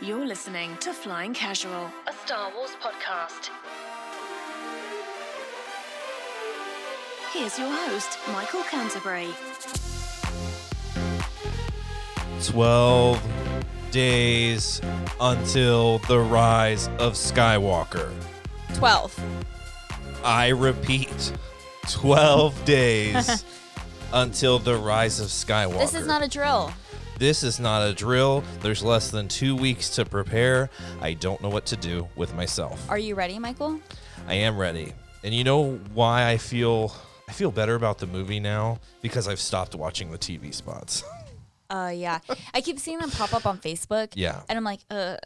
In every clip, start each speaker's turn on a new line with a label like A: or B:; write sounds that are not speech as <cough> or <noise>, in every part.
A: You're listening to Flying Casual,
B: a Star Wars podcast.
A: Here's your host, Michael Canterbury.
C: 12 days until the rise of Skywalker.
D: 12.
C: I repeat, 12 <laughs>
D: <laughs>
C: days until the rise of Skywalker.
D: This is not a drill.
C: This is not a drill. There's less than 2 weeks to prepare. I don't know what to do with myself.
D: Are you ready, Michael?
C: I am ready. And you know why I feel I feel better about the movie now because I've stopped watching the TV spots.
D: Uh, yeah. I keep seeing them pop up on Facebook.
C: Yeah.
D: And I'm like, uh,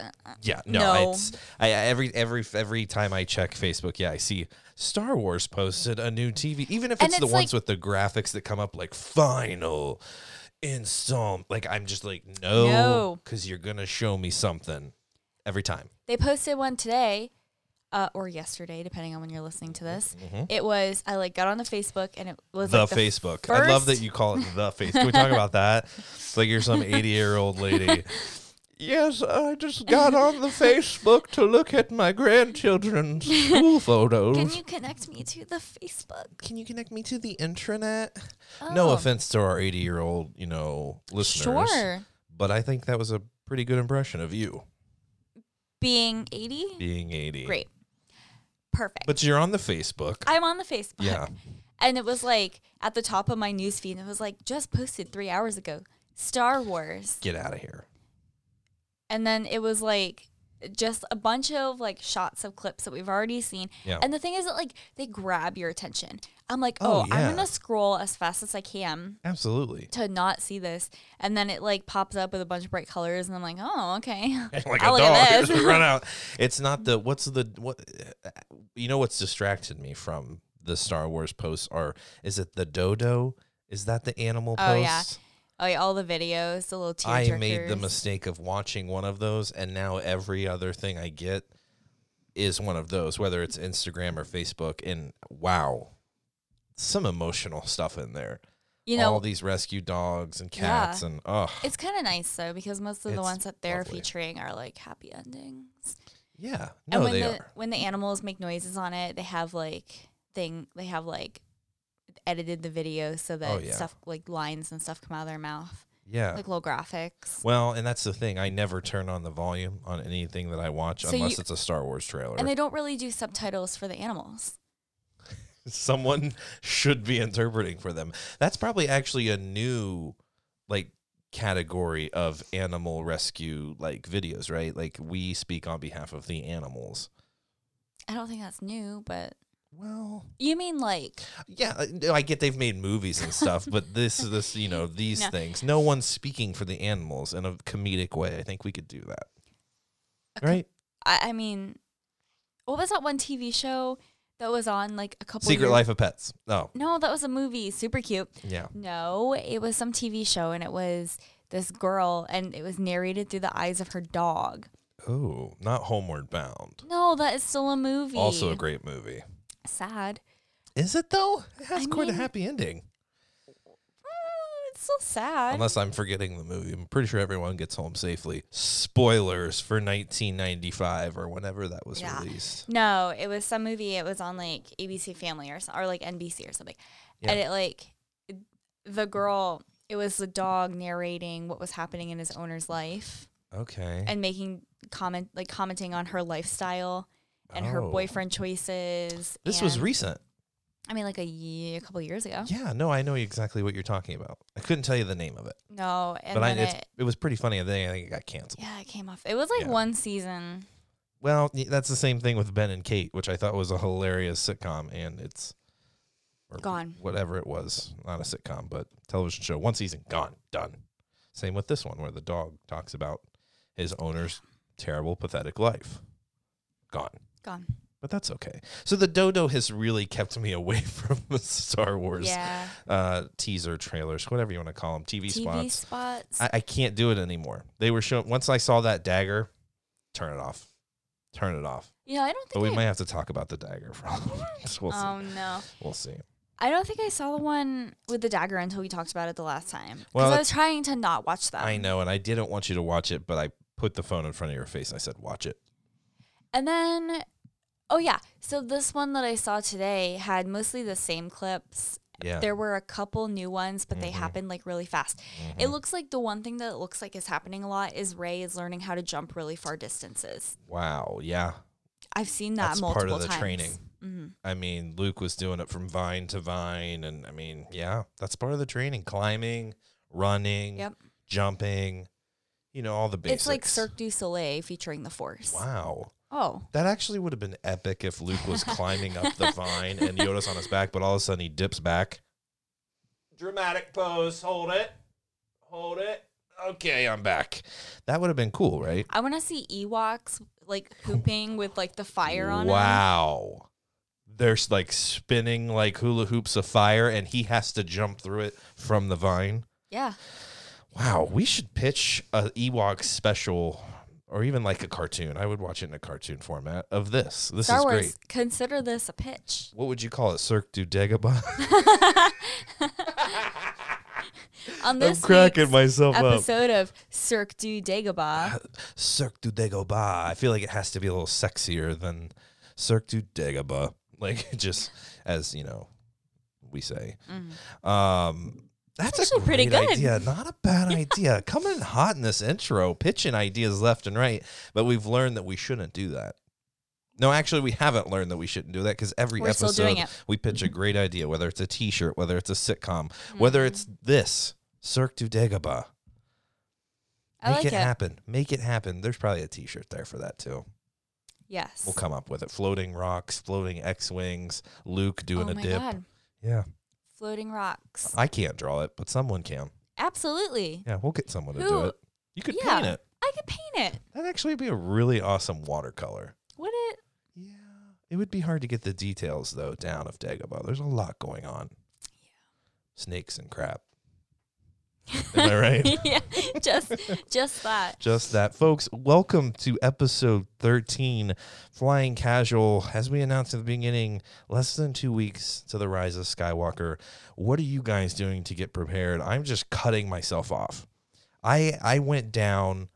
C: Yeah, no,
D: No.
C: it's I I- every every every time I check Facebook, yeah, I see Star Wars posted a new TV, even if
D: And
C: it's, the
D: it's
C: ones with
D: like-
C: the graphics that come up like final install. Like I'm just like no,
D: No.
C: because you're gonna show me something every time.
D: they posted one today, uh, or yesterday, depending on when you're listening to this. It was I like got on the Facebook and it was
C: Mm-hmm. the
D: like,
C: Facebook. I love that
D: first-
C: you call it the Facebook. Can we talk about that?
D: <laughs>
C: It's like you're some 80 year old lady. Yes, I just got on the
D: <laughs>
C: Facebook to look at my grandchildren's school photos.
D: Can you connect me to the Facebook?
C: can you connect me to the intranet? No
D: Oh.
C: offense to our 80 year old, you know, listeners.
D: Sure.
C: But I think that was a pretty good impression of you
D: Being 80?
C: being 80.
D: Great. Perfect.
C: But you're on the Facebook.
D: I'm on the Facebook.
C: Yeah.
D: And it was like at the top of my news feed, and it was like just posted three hours ago. Star Wars.
C: Get out of here.
D: and then it was like just a bunch of like shots of clips that we've already seen.
C: Yeah.
D: And the thing is that like they grab your attention. I'm like,
C: Oh,
D: oh,
C: yeah.
D: I'm gonna scroll as fast as I can <laughs>
C: Absolutely.
D: to not see this. And then it like pops up with a bunch of bright colors, and I'm like, oh, okay.
C: <laughs> Like a
D: I'll look
C: dog. <laughs>
D: at
C: Just run out. It's not the, what's the, what, you know, what's distracted me from the Star Wars posts are, is it the dodo? Is that the animal
D: Oh,
C: post?
D: yeah. <laughs> oh, yeah, all the videos, the little tear
C: I made the mistake of watching one of those, and now every other thing I get is one of those, whether it's Instagram or Facebook. And wow, some emotional stuff in there.
D: You
C: all
D: know,
C: these rescue dogs and
D: Yeah.
C: cats, and oh,
D: it's kind of nice though because most of the
C: It's
D: ones that they're
C: lovely.
D: featuring are like happy endings.
C: yeah, no,
D: and when
C: they
D: the
C: are.
D: when the animals make noises on it, they have like thing they have like edited the video so that
C: Oh, yeah.
D: stuff like lines and stuff come out of their mouth,
C: Yeah.
D: like little graphics.
C: well, and that's the thing. I never turn on the volume on anything that I watch
D: So
C: unless
D: you-
C: it's a Star Wars trailer.
D: And they don't really do subtitles for the animals.
C: someone <laughs> should be interpreting for them. That's probably actually a new like category of animal rescue like videos, right? Like we speak on behalf of the animals.
D: I don't think that's new, but
C: Well,
D: you mean like
C: yeah, I- no, I get they've made movies and stuff, but
D: <laughs>
C: this this, you know, these
D: No.
C: things. No one's speaking for the animals in a comedic way. I think we could do that.
D: A co-
C: right?
D: I, I mean, what was that one TV show that was on like a couple?
C: Secret
D: years-
C: Life of Pets. Oh,
D: No, that was a movie. Super cute.
C: yeah.
D: No, it was some TV show, and it was this girl, and it was narrated through the eyes of her dog.
C: Oh, not Homeward Bound.
D: No, that is still a movie.
C: Also a great movie.
D: sad.
C: Is it though? It has
D: I
C: quite a
D: mean-
C: happy ending.
D: Mm, It's still sad.
C: Unless I'm forgetting the movie. I'm pretty sure everyone gets home safely. Spoilers for 1995 or whenever that was
D: Yeah.
C: released.
D: <laughs> no, it was some movie. It was on like ABC Family or so- or like NBC or something. And
C: Yeah.
D: it like the girl. It was the dog narrating what was happening in his owner's life
C: Okay.
D: and making comment like commenting on her lifestyle and her
C: Oh.
D: boyfriend choices.
C: This was
D: and- Oh.
C: recent.
D: I mean, like a year, a couple years ago.
C: Yeah, no, I know exactly what you're talking about. I couldn't tell you the name of it,
D: No, and
C: but I,
D: then
C: it's,
D: it.
C: it was pretty funny. And then I think it got canceled.
D: Yeah, it came off. It was like
C: Yeah.
D: one season.
C: Well, y- that's the same thing with Ben and Kate, which I thought was a hilarious sitcom, and it's or
D: Gone.
C: Whatever it was, not a sitcom, but television show. One season, gone, done. Same with this one, where the dog talks about his owner's terrible, pathetic life. Gone.
D: Gone.
C: but that's okay. So the dodo has really kept me away <laughs> from the Star Wars
D: Yeah.
C: uh, teaser trailers, whatever you want to call them, TV,
D: TV
C: spots.
D: spots.
C: I, I can't do it anymore. They were showing once I saw that dagger, turn it off, turn it off.
D: you know, I don't
C: But
D: think
C: we
D: I-
C: might have to talk about the dagger for a little bit. <laughs> we'll see.
D: Oh no.
C: we'll see.
D: I don't think I saw the one with the dagger until we talked about it the last time. Because
C: Well,
D: I was trying to not watch that.
C: I know, and I didn't want you to watch it, but I put the phone in front of your face. And I said, watch it.
D: And then, oh yeah, so this one that I saw today had mostly the same clips.
C: Yeah. Mm-hmm.
D: There were a couple new ones, but they happened like really fast. It looks like the one thing that it looks like is happening a lot is Ray is learning how to jump really far distances.
C: Wow. Yeah.
D: I've seen that
C: That's
D: multiple
C: part of the
D: times. Mm-hmm.
C: training. Mm-hmm. I mean, Luke was doing it from vine to vine. And I mean, yeah, that's part of the training climbing, running,
D: Yep.
C: jumping, you know, all the basics.
D: It's like Cirque du Soleil featuring the Force.
C: Wow.
D: Oh,
C: That actually would have been epic if Luke
D: <laughs>
C: was climbing up the vine and Yoda's on his back, but all of a sudden he dips back. Dramatic pose. Hold it. Hold it. Okay, I'm back. That would have been cool, right?
D: I want to see Ewoks
C: <laughs>
D: like hooping with like the fire on. 'em.
C: Wow. They're s- like spinning like hula hoops of fire, and he has to jump through it from the vine.
D: Yeah.
C: Wow, we should pitch a Ewok special or even like a cartoon. I would watch it in a cartoon format of this. This
D: Star
C: is
D: Wars.
C: great.
D: Consider this
C: <laughs>
D: a pitch.
C: What would you call it? Cirque du Dagobah? <laughs>
D: On
C: I'm
D: this
C: cracking
D: week's
C: myself up. Uh,
D: episode of Cirque du Dagobah.
C: Cirque du Dagobah. I feel like it has to be a little sexier than Cirque du Dagobah. <laughs> Like just as you know, we say. Um, that's
D: Mm-hmm. actually
C: a
D: pretty
C: great
D: good.
C: idea. Not a
D: <laughs>
C: bad idea. Coming in hot in this intro, pitching ideas left and right. But we've learned that we shouldn't do that. No, actually, we haven't learned that we shouldn't do that because every
D: We're still
C: episode
D: doing it.
C: we pitch a great idea, whether it's a T-shirt, whether it's a sitcom, whether
D: Mm-hmm.
C: it's this Cirque du Dagobah.
D: I
C: Make
D: like
C: it,
D: it.
C: happen. Make it happen. There's probably a T-shirt there for that too.
D: Yes.
C: We'll come up with it. Floating rocks, floating X wings, Luke doing
D: oh
C: a
D: my
C: dip.
D: god.
C: Yeah,
D: Floating rocks.
C: I can't draw it, but someone can.
D: Absolutely.
C: Yeah, we'll get someone to do
D: Who-
C: it. You could
D: yeah.
C: paint it.
D: I could paint it.
C: That'd actually be a really awesome watercolor.
D: Would
C: <laughs>
D: it?
C: Yeah, it would be hard to get the details though down of Dagobah. There's a lot going on. Snakes and crap. Am I
D: <laughs>
C: right?
D: yeah. Just
C: <laughs>
D: just that.
C: Just that, folks. Welcome to episode 13, Flying Casual. As we announced at the beginning, less than two weeks to the rise of Skywalker. What are you guys doing to get prepared? I'm just cutting myself off. I I went down.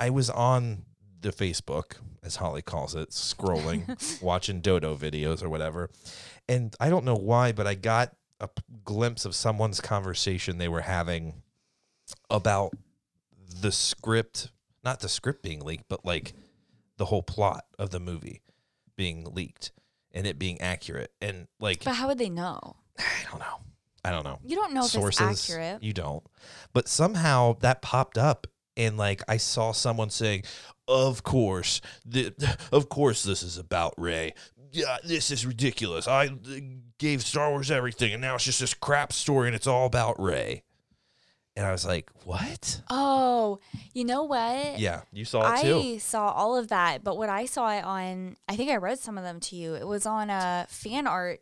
C: I was on the Facebook, as Holly calls it, scrolling, watching Dodo videos or whatever, and I don't know why, but I got a p- glimpse of someone's conversation they were having about the script, not the script being leaked, but like the whole plot of the movie being leaked and it being accurate. And like,
D: But how would they know?
C: I don't know. I don't know.
D: You don't know if it's accurate.
C: You don't. But somehow that popped up and like I saw someone saying, "Of course, th- of course this is about Ray. Yeah, this is ridiculous. I uh, gave Star Wars everything and now it's just this crap story and it's all about Ray." And I was like, "What?"
D: oh, you know what?
C: Yeah, you saw it too.
D: I saw all of that, but what I saw it on, I think I read some of them to you. It was on a fan art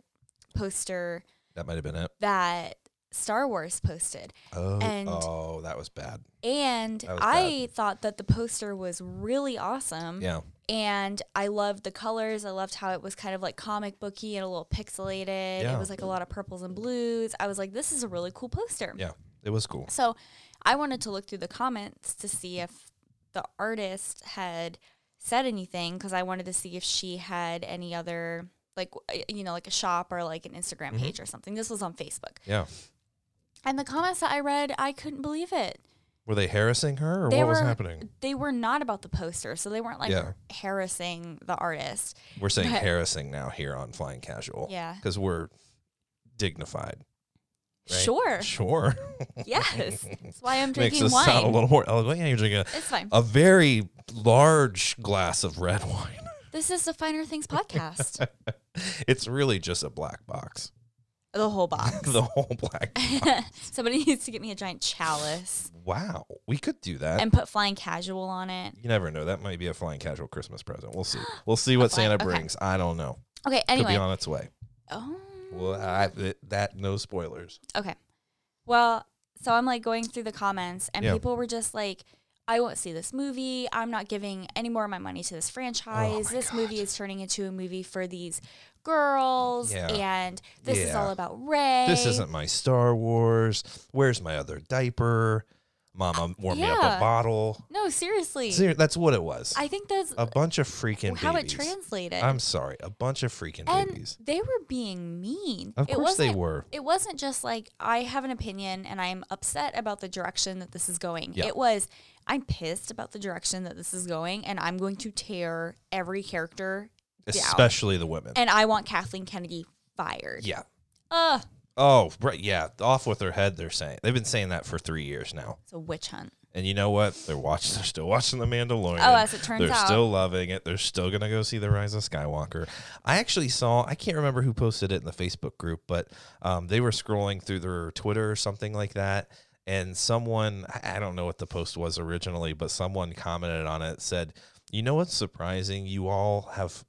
D: poster
C: That might have been it.
D: that Star Wars posted.
C: Oh,
D: And-
C: oh, that was bad.
D: And
C: That was
D: I thought that the poster was really awesome.
C: Yeah.
D: And I loved the colors. I loved how it was kind of like comic booky and a little pixelated.
C: Yeah.
D: It was like a lot of purples and blues. I was like, this is a really cool poster.
C: Yeah. It was cool.
D: So I wanted to look through the comments to see if the artist had said anything because I wanted to see if she had any other, like, w- you know, like a shop or like an Instagram
C: Mm-hmm.
D: page or something. This was on Facebook.
C: Yeah.
D: And the comments that I read, I couldn't believe it.
C: Were they harassing her or
D: They
C: what was
D: were-
C: happening?
D: They were not about the poster. So they weren't like
C: Yeah.
D: harassing the
C: <laughs>
D: artist.
C: We're saying
D: But-
C: harassing now here on Flying Casual.
D: Yeah.
C: Because we're dignified. right?
D: Sure.
C: Sure. <laughs>
D: yes. That's why I'm
C: Makes
D: drinking
C: us
D: wine.
C: sound a little Uh, more eloquent. Yeah, you're drinking
D: it's fine.
C: a, a very large glass of red <laughs> wine.
D: This is the Finer
C: <laughs>
D: Things podcast.
C: It's really just a black box. <laughs>
D: the whole box.
C: The whole black
D: <laughs> Somebody needs to get me a giant chalice.
C: Wow. We could do that.
D: and put flying casual on it.
C: you never know. That might be a flying casual Christmas present. We'll see. We'll see what
D: flying-
C: Santa
D: okay.
C: brings. I don't know.
D: Okay,
C: Could be
D: anyway.
C: on its way.
D: Oh,
C: Well, I, th- that no spoilers.
D: okay. Well, so I'm like going through the comments, and
C: Yeah.
D: people were just like, I won't see this movie. I'm not giving any more of my money to this franchise.
C: Oh my
D: this
C: God.
D: movie is turning into a movie for these girls,
C: Yeah.
D: and this is
C: Yeah.
D: all about Ray.
C: This isn't my Star Wars. Where's my other diaper? Mama warmed me up
D: Yeah.
C: a bottle.
D: No, seriously.
C: Ser- that's what it was.
D: I think that's
C: A bunch of freaking
D: how
C: babies.
D: it translated.
C: I'm sorry, a bunch of freaking
D: and
C: babies.
D: they were being mean.
C: Of
D: it
C: course they
D: wasn't-
C: were.
D: It wasn't just like I have an opinion and I'm upset about the direction that this is going.
C: Yeah.
D: It was I'm pissed about the direction that this is going and I'm going to tear every character down.
C: Especially the women.
D: And I want Kathleen Kennedy fired.
C: yeah.
D: Ugh.
C: Oh, right. Yeah. Off with their head, they're saying. They've been saying that for three years now.
D: It's a witch hunt.
C: And you know what? They're watching. <laughs> They're still watching The Mandalorian.
D: Oh, as it turns
C: they're
D: out.
C: still loving it. They're still gonna go see The Rise of Skywalker. I actually saw. I can't remember who posted it in the Facebook group, but um, they were scrolling through their Twitter or something like that, and someone I- I don't know what the post was originally, but someone commented on it said, "You know what's surprising? You all have."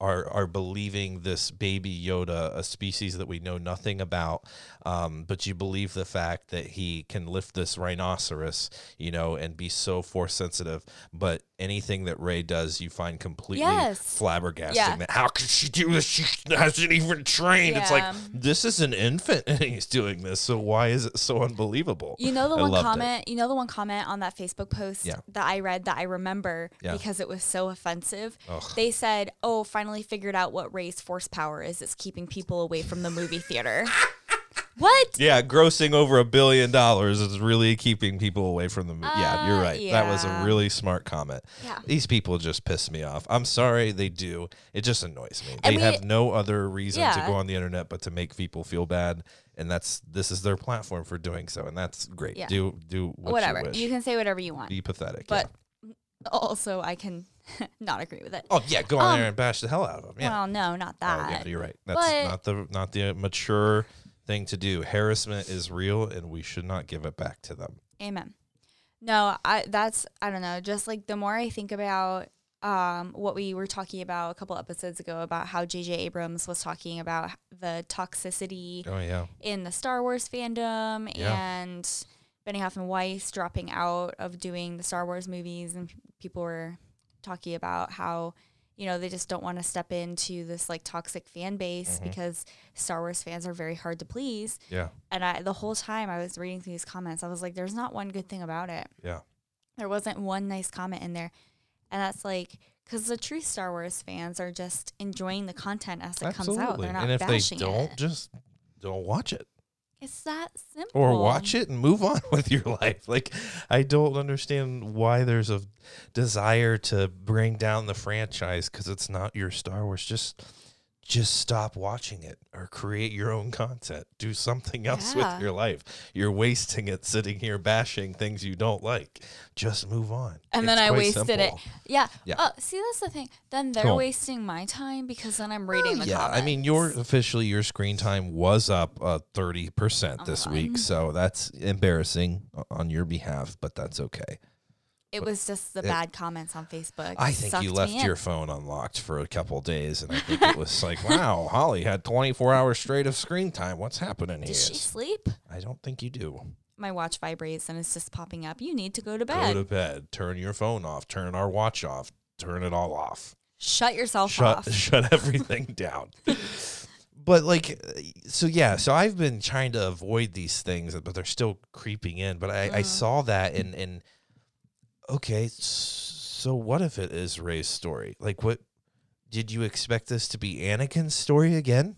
C: Are, are believing this baby Yoda, a species that we know nothing about, um, but you believe the fact that he can lift this rhinoceros, you know, and be so force sensitive. But anything that Ray does, you find completely
D: Yes.
C: flabbergasting.
D: Yeah.
C: That how could she do this? She hasn't even trained. It's like
D: Yeah.
C: this is an infant, and he's doing this. So why is it so unbelievable?
D: You know the
C: I
D: one
C: loved it.
D: comment. You know the one comment on that Facebook post
C: Yeah.
D: that I read that I remember
C: Yeah.
D: because it was so offensive.
C: Ugh.
D: They said, "Oh, finally figured out what Ray's force power is. It's keeping people away from the
C: <laughs>
D: movie theater." what?
C: Yeah, grossing over a billion dollars is really keeping people away from the movie. yeah, you're
D: Uh,
C: right. That was a
D: yeah.
C: really smart comment.
D: Yeah.
C: These people just piss me off. I'm sorry they do. It just annoys me. They
D: And we-
C: have no other reason to
D: Yeah.
C: go on the internet but to make people feel bad. And that's this is their platform for doing so, and that's great.
D: Yeah.
C: Do do what
D: whatever.
C: You
D: You,
C: wish.
D: can say whatever you want,
C: Be pathetic.
D: but
C: yeah.
D: also I can <laughs> not agree with it.
C: Oh yeah, go on there
D: um,
C: and bash the hell out of them. Yeah.
D: Well, no, not
C: Oh,
D: that.
C: yeah, you're right. That's
D: but-
C: not the not the mature thing to do. Harassment is real, and we should not give it back to them.
D: Amen. No, I that's I don't know, just like the more I think about um what we were talking about a couple episodes ago about how JJ Abrams was talking about the toxicity
C: Oh yeah.
D: in the Star Wars fandom
C: Yeah.
D: and Benioff and Weiss dropping out of doing the Star Wars movies and people were talking about how you know they just don't want to step into this like toxic fan base
C: Mm-hmm.
D: because Star Wars fans are very hard to please
C: Yeah.
D: and I the whole time I was reading through these comments, I was like, there's not one good thing about it.
C: Yeah.
D: There wasn't one nice comment in there. And that's like because the true Star Wars fans are just enjoying the content as it comes out. They're not
C: and if they
D: bashing
C: don't,
D: it.
C: just don't watch it
D: It's that simple.
C: or watch it and move on <laughs> with your life. Like I don't understand why there's a desire to bring down the franchise because it's not your Star Wars. Just just stop watching it or create your own content. Do something else
D: Yeah.
C: with your life. You're wasting it sitting here bashing things you don't like. Just move on.
D: And then
C: It's
D: I
C: quite
D: wasted it.
C: simple.
D: Yeah.
C: Yeah.
D: Oh, see, that's the thing. Then they're
C: Cool. Oh,
D: wasting my time because then I'm reading the
C: yeah,
D: comments.
C: I mean, your officially your screen time was up uh, thirty
D: Oh
C: percent this week, so that's embarrassing o- on your behalf, but that's okay.
D: it was just the bad comments on Facebook.
C: I think
D: Sucked
C: you
D: me
C: left
D: in.
C: your phone unlocked for a couple days, and I think it was like, wow, Holly had twenty four hours straight of screen time. What's happening here?
D: Did she sleep?
C: I don't think you do.
D: My watch vibrates and it's just popping up. You need to go to
C: Go
D: bed.
C: to bed. Turn your phone off. Turn our watch off. Turn it all off.
D: Shut yourself
C: shut
D: off.
C: <laughs> shut
D: <laughs>
C: everything down. But like, uh, so yeah, so I've been trying to avoid these things, but they're still creeping in. But
D: Mm-hmm.
C: I, I saw that and and okay, s- so what if it is Ray's story? Like, what did you expect this to be Anakin's story again?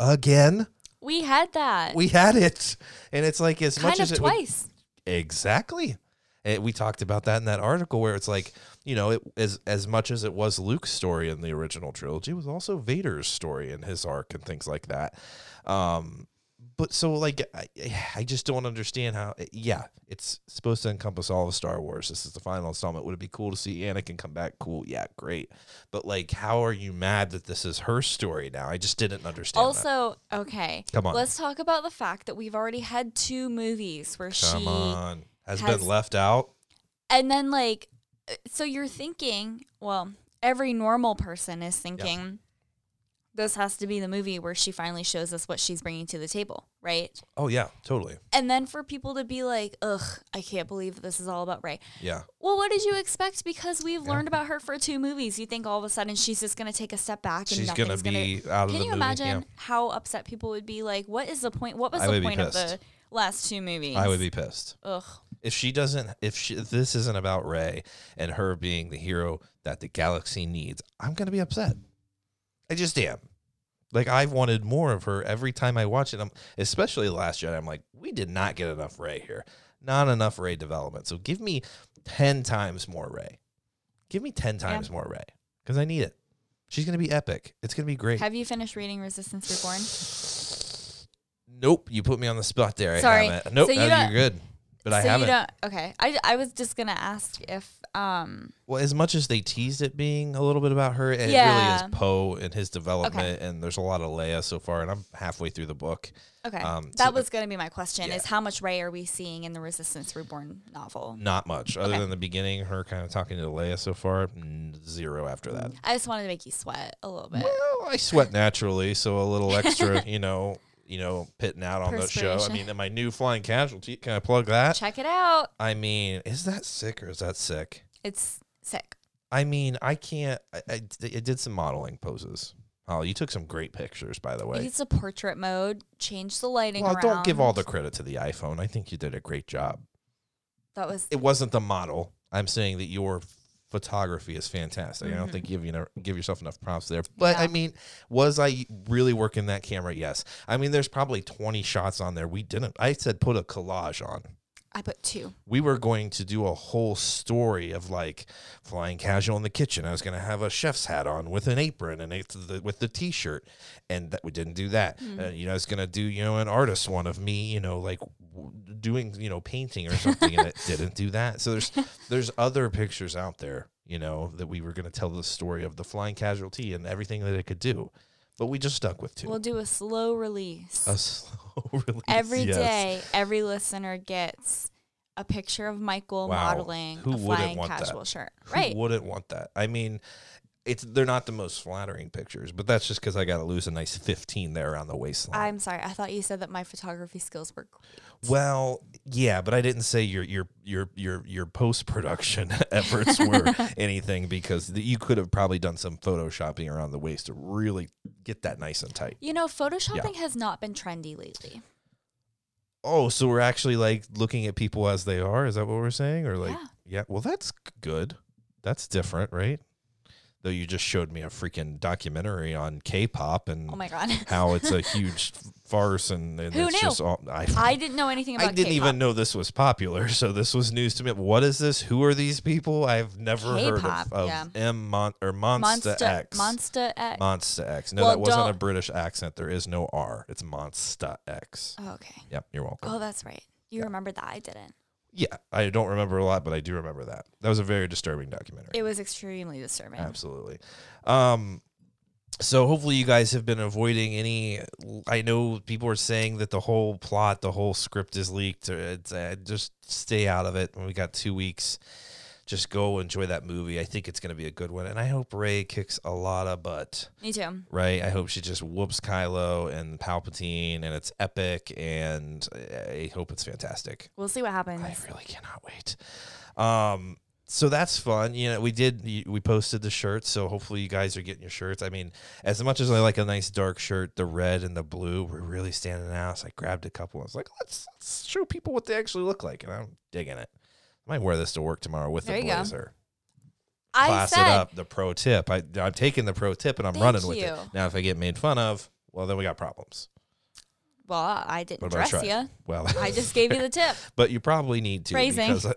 C: Again,
D: We had that.
C: we had it, and it's like as
D: kind
C: much
D: of
C: as it would-
D: twice.
C: Exactly. And we talked about that in that article where it's like, you know, it as as much as it was Luke's story in the original trilogy, it was also Vader's story and his arc and things like that. Um but so like I, I just don't understand how eh, yeah, it's supposed to encompass all of Star Wars. This is the final installment. Would it be cool to see Anakin come back? Cool. Yeah, great. But like how are you mad that this is her story now? I just didn't understand. that.
D: also, okay.
C: Come on.
D: Let's talk about the fact that we've already had two movies where
C: come
D: she
C: on. Has,
D: has-
C: been left out.
D: and then like uh, so you're thinking, well, every normal person is thinking this has to be the movie where she finally shows us what she's bringing to the table, right?
C: Oh yeah, totally.
D: And then for people to be like, "Ugh, I can't believe that this is all about Ray."
C: Yeah.
D: Well, what did you expect? Because we've learned about her for two movies. You think all of a sudden she's just going to take a step back and
C: She's gonna
D: nothing's going to
C: be out of
D: Can
C: the
D: you
C: movie.
D: imagine
C: Yeah.
D: how upset people would be? Like, what is the point? What was
C: I would
D: the
C: be
D: point of
C: pissed.
D: the last two movies?
C: I would be pissed.
D: Ugh.
C: If she doesn't, if she, if this isn't about Ray and her being the hero that the galaxy needs, I'm gonna be upset. I just am. Like I've wanted more of her every time I watch it. I'm, especially the Last Jedi. I'm like, we did not get enough Ray here. Not enough Ray development. So give me ten times more Ray. Give me ten times more Ray because I need it. She's gonna be epic. It's gonna be great.
D: Have you finished reading Resistance Reborn?
C: Nope, you put me on the spot there. I
D: Sorry.
C: haven't. Nope,
D: So you
C: no,
D: don't-
C: you're good. But I
D: so
C: haven't.
D: you don't. Okay, I, I was just gonna ask if um
C: Well, as much as they teased it being a little bit about her, and it
D: Yeah.
C: really is Poe and his development, and there's a lot of Leia so far, and I'm halfway through the book.
D: okay
C: Um,
D: that
C: so-
D: was gonna be my question
C: yeah.
D: is how much Ray are we seeing in the Resistance Reborn novel?
C: Not much, other
D: Okay.
C: than the beginning, her kind of talking to Leia so far, mm, zero after that.
D: I just wanted to make you sweat a little bit.
C: Well, I
D: <laughs>
C: sweat naturally, so a little extra, you know, you know, pitting out on the show. I
D: Perspiration.
C: mean, and my new flying casualty, can I plug that?
D: Check it out.
C: I mean, is that sick or is that sick?
D: It's sick.
C: I mean, I can't. I, I d- I did some modeling poses. Oh, you took some great pictures, by the way.
D: It's a portrait mode. Change the lighting.
C: well, don't give all
D: around.
C: the credit to the iPhone. I think you did a great job.
D: That was
C: It wasn't the model. I'm saying that your photography is fantastic. I don't think you give, you know, give yourself enough props there. But I
D: Mm-hmm. Yeah.
C: mean, was I really working that camera? Yes. I mean, there's probably 20 shots on there. We didn't. I said put a collage on.
D: I put two.
C: we were going to do a whole story of like flying casual in the kitchen. I was going to have a chef's hat on with an apron and it's the, with the t-shirt, and that we didn't do that.
D: Hmm.
C: Uh, you know, I was going to do you know an artist one of me, you know, like w- doing you know painting or something,
D: <laughs>
C: and it didn't do that. So there's there's other pictures out there, you know, that we were going to tell the story of the flying casualty and everything that it could do, but we just stuck with 2
D: We'll do a slow
C: <laughs>
D: release.
C: a slow <laughs> release
D: Every day,
C: yes.
D: every listener gets a picture of Michael
C: Wow.
D: modeling
C: Who
D: a
C: wouldn't
D: flying
C: want that?
D: casual shirt.
C: Who
D: Right.
C: wouldn't want that? I mean, it's they're not the most flattering pictures, but that's just because I got to lose a nice fifteen there on the waistline.
D: I'm sorry. I thought you said that my photography skills were great.
C: well, yeah, but I didn't say your your your your your post production <laughs> efforts
D: <laughs>
C: were anything because th- you could have probably done some photoshopping around the waist to really get that nice and tight.
D: You know, photoshopping has not been trendy lately.
C: Oh, so we're actually like looking at people as they are. Is that what we're saying? Or like, yeah,
D: Yeah.
C: well, that's g- good. That's different, right? Though you just showed me a freaking documentary on K-pop and
D: Oh my god.
C: <laughs> how it's a huge farce and, and
D: Who
C: it's
D: knew?
C: just all I,
D: <laughs> I didn't know anything
C: I
D: about
C: didn't
D: K-pop.
C: even know this was popular, <laughs> so this was news to me. What is this? Who are these people? I've never heard of,
D: K-pop,
C: of
D: yeah.
C: M Mon- or Monster,
D: Monster
C: X.
D: Monster X.
C: Monster X. No,
D: Well,
C: that wasn't a
D: don't-
C: British accent. There is no R. It's Monster X.
D: oh, okay.
C: Yep, you're welcome.
D: Oh, that's right. You remember that I didn't.
C: Yeah, I don't remember a lot, but I do remember that. That was a very disturbing documentary.
D: It was extremely disturbing.
C: Absolutely. Um, so hopefully you guys have been avoiding any. I know people are saying that the whole plot, the whole script is leaked. Or it's, uh, just stay out of it. We got two weeks. Just go enjoy that movie. I think it's going to be a good one, and I hope Ray kicks a lot of butt.
D: Me too.
C: Right? I hope she just whoops Kylo and Palpatine, and it's epic. And uh, I I hope it's fantastic.
D: We'll see what happens.
C: I really cannot wait. Um, so that's fun. You know, we did y- we posted the shirts, so hopefully you guys are getting your shirts. I mean, as much as I like a nice dark shirt, the red and the blue were really standing out. So I grabbed a couple. I was like, let's, let's show people what they actually look like, and I'm digging it. I might wear this to work tomorrow with
D: There
C: a
D: you go.
C: blazer.
D: I
C: Class
D: said
C: it up. The pro tip. I, I'm taking the pro tip and I'm
D: Thank
C: running with it.
D: you.
C: Now, if I get made fun of, well, then we got problems.
D: Well, I didn't
C: What about I
D: dress
C: try? <laughs>
D: you.
C: Well,
D: I just gave you the tip.
C: <laughs> but you probably need to
D: Phrasing.
C: because. I-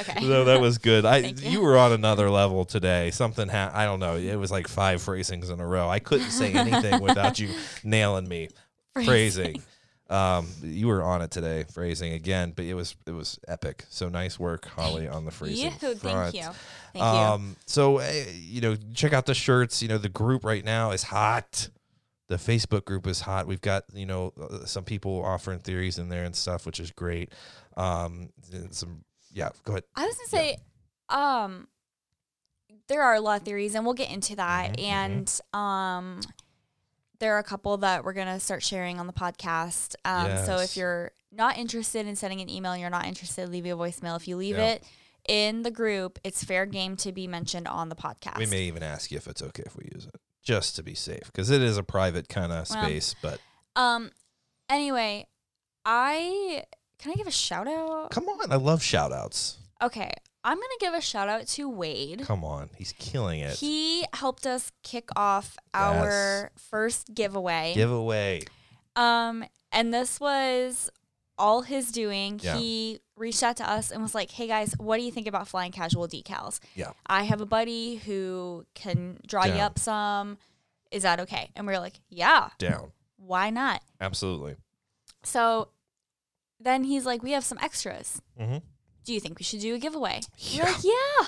D: Okay.
C: <laughs> No, that was good. I
D: Thank
C: you.
D: you.
C: were on another level today. Something ha- I don't know. It was like five phrasings in a row. I couldn't say anything without
D: <laughs>
C: you nailing me. Phrasing. Um, you were on it today, phrasing again, but it was it was epic. So nice work, Holly, on the phrasing.
D: Yeah,
C: front.
D: thank you. Thank you.
C: Um, so uh, you know, check out the shirts. You know, the group right now is hot. The Facebook group is hot. We've got you know uh, some people offering theories in there and stuff, which is great. Um, and some yeah, go ahead.
D: I was gonna say, um, there are a lot of theories, and we'll get into that.
C: Mhm,
D: And um, there are a couple that we're gonna start sharing on the podcast. Um, so
C: Yes.
D: if you're not interested in sending an email, you're not interested, leave a voicemail. If you leave
C: Yeah.
D: it in the group, it's fair game to be mentioned on the podcast.
C: We may even ask you if it's okay if we use it, just to be safe, because it is a private kind of
D: Well,
C: space. but
D: Um. Anyway, Um, I Can I give a shout out?
C: Come on, I love shout outs.
D: Okay, I'm gonna give a shout out to Wade.
C: Come on, he's killing it.
D: He helped us kick off our first giveaway.
C: Giveaway.
D: Um, and this was all his doing.
C: Yeah.
D: He reached out to us and was like, "Hey guys, what do you think about flying casual decals?
C: Yeah.
D: I have a buddy who can draw you
C: Yeah.
D: up some. Is that okay?" And we were like, "Yeah,
C: Down.
D: why not?"
C: Absolutely.
D: So then he's like, "We have some extras.
C: Mm-hmm.
D: Do you think we should do a giveaway?"
C: Yeah.
D: We're like, "Yeah,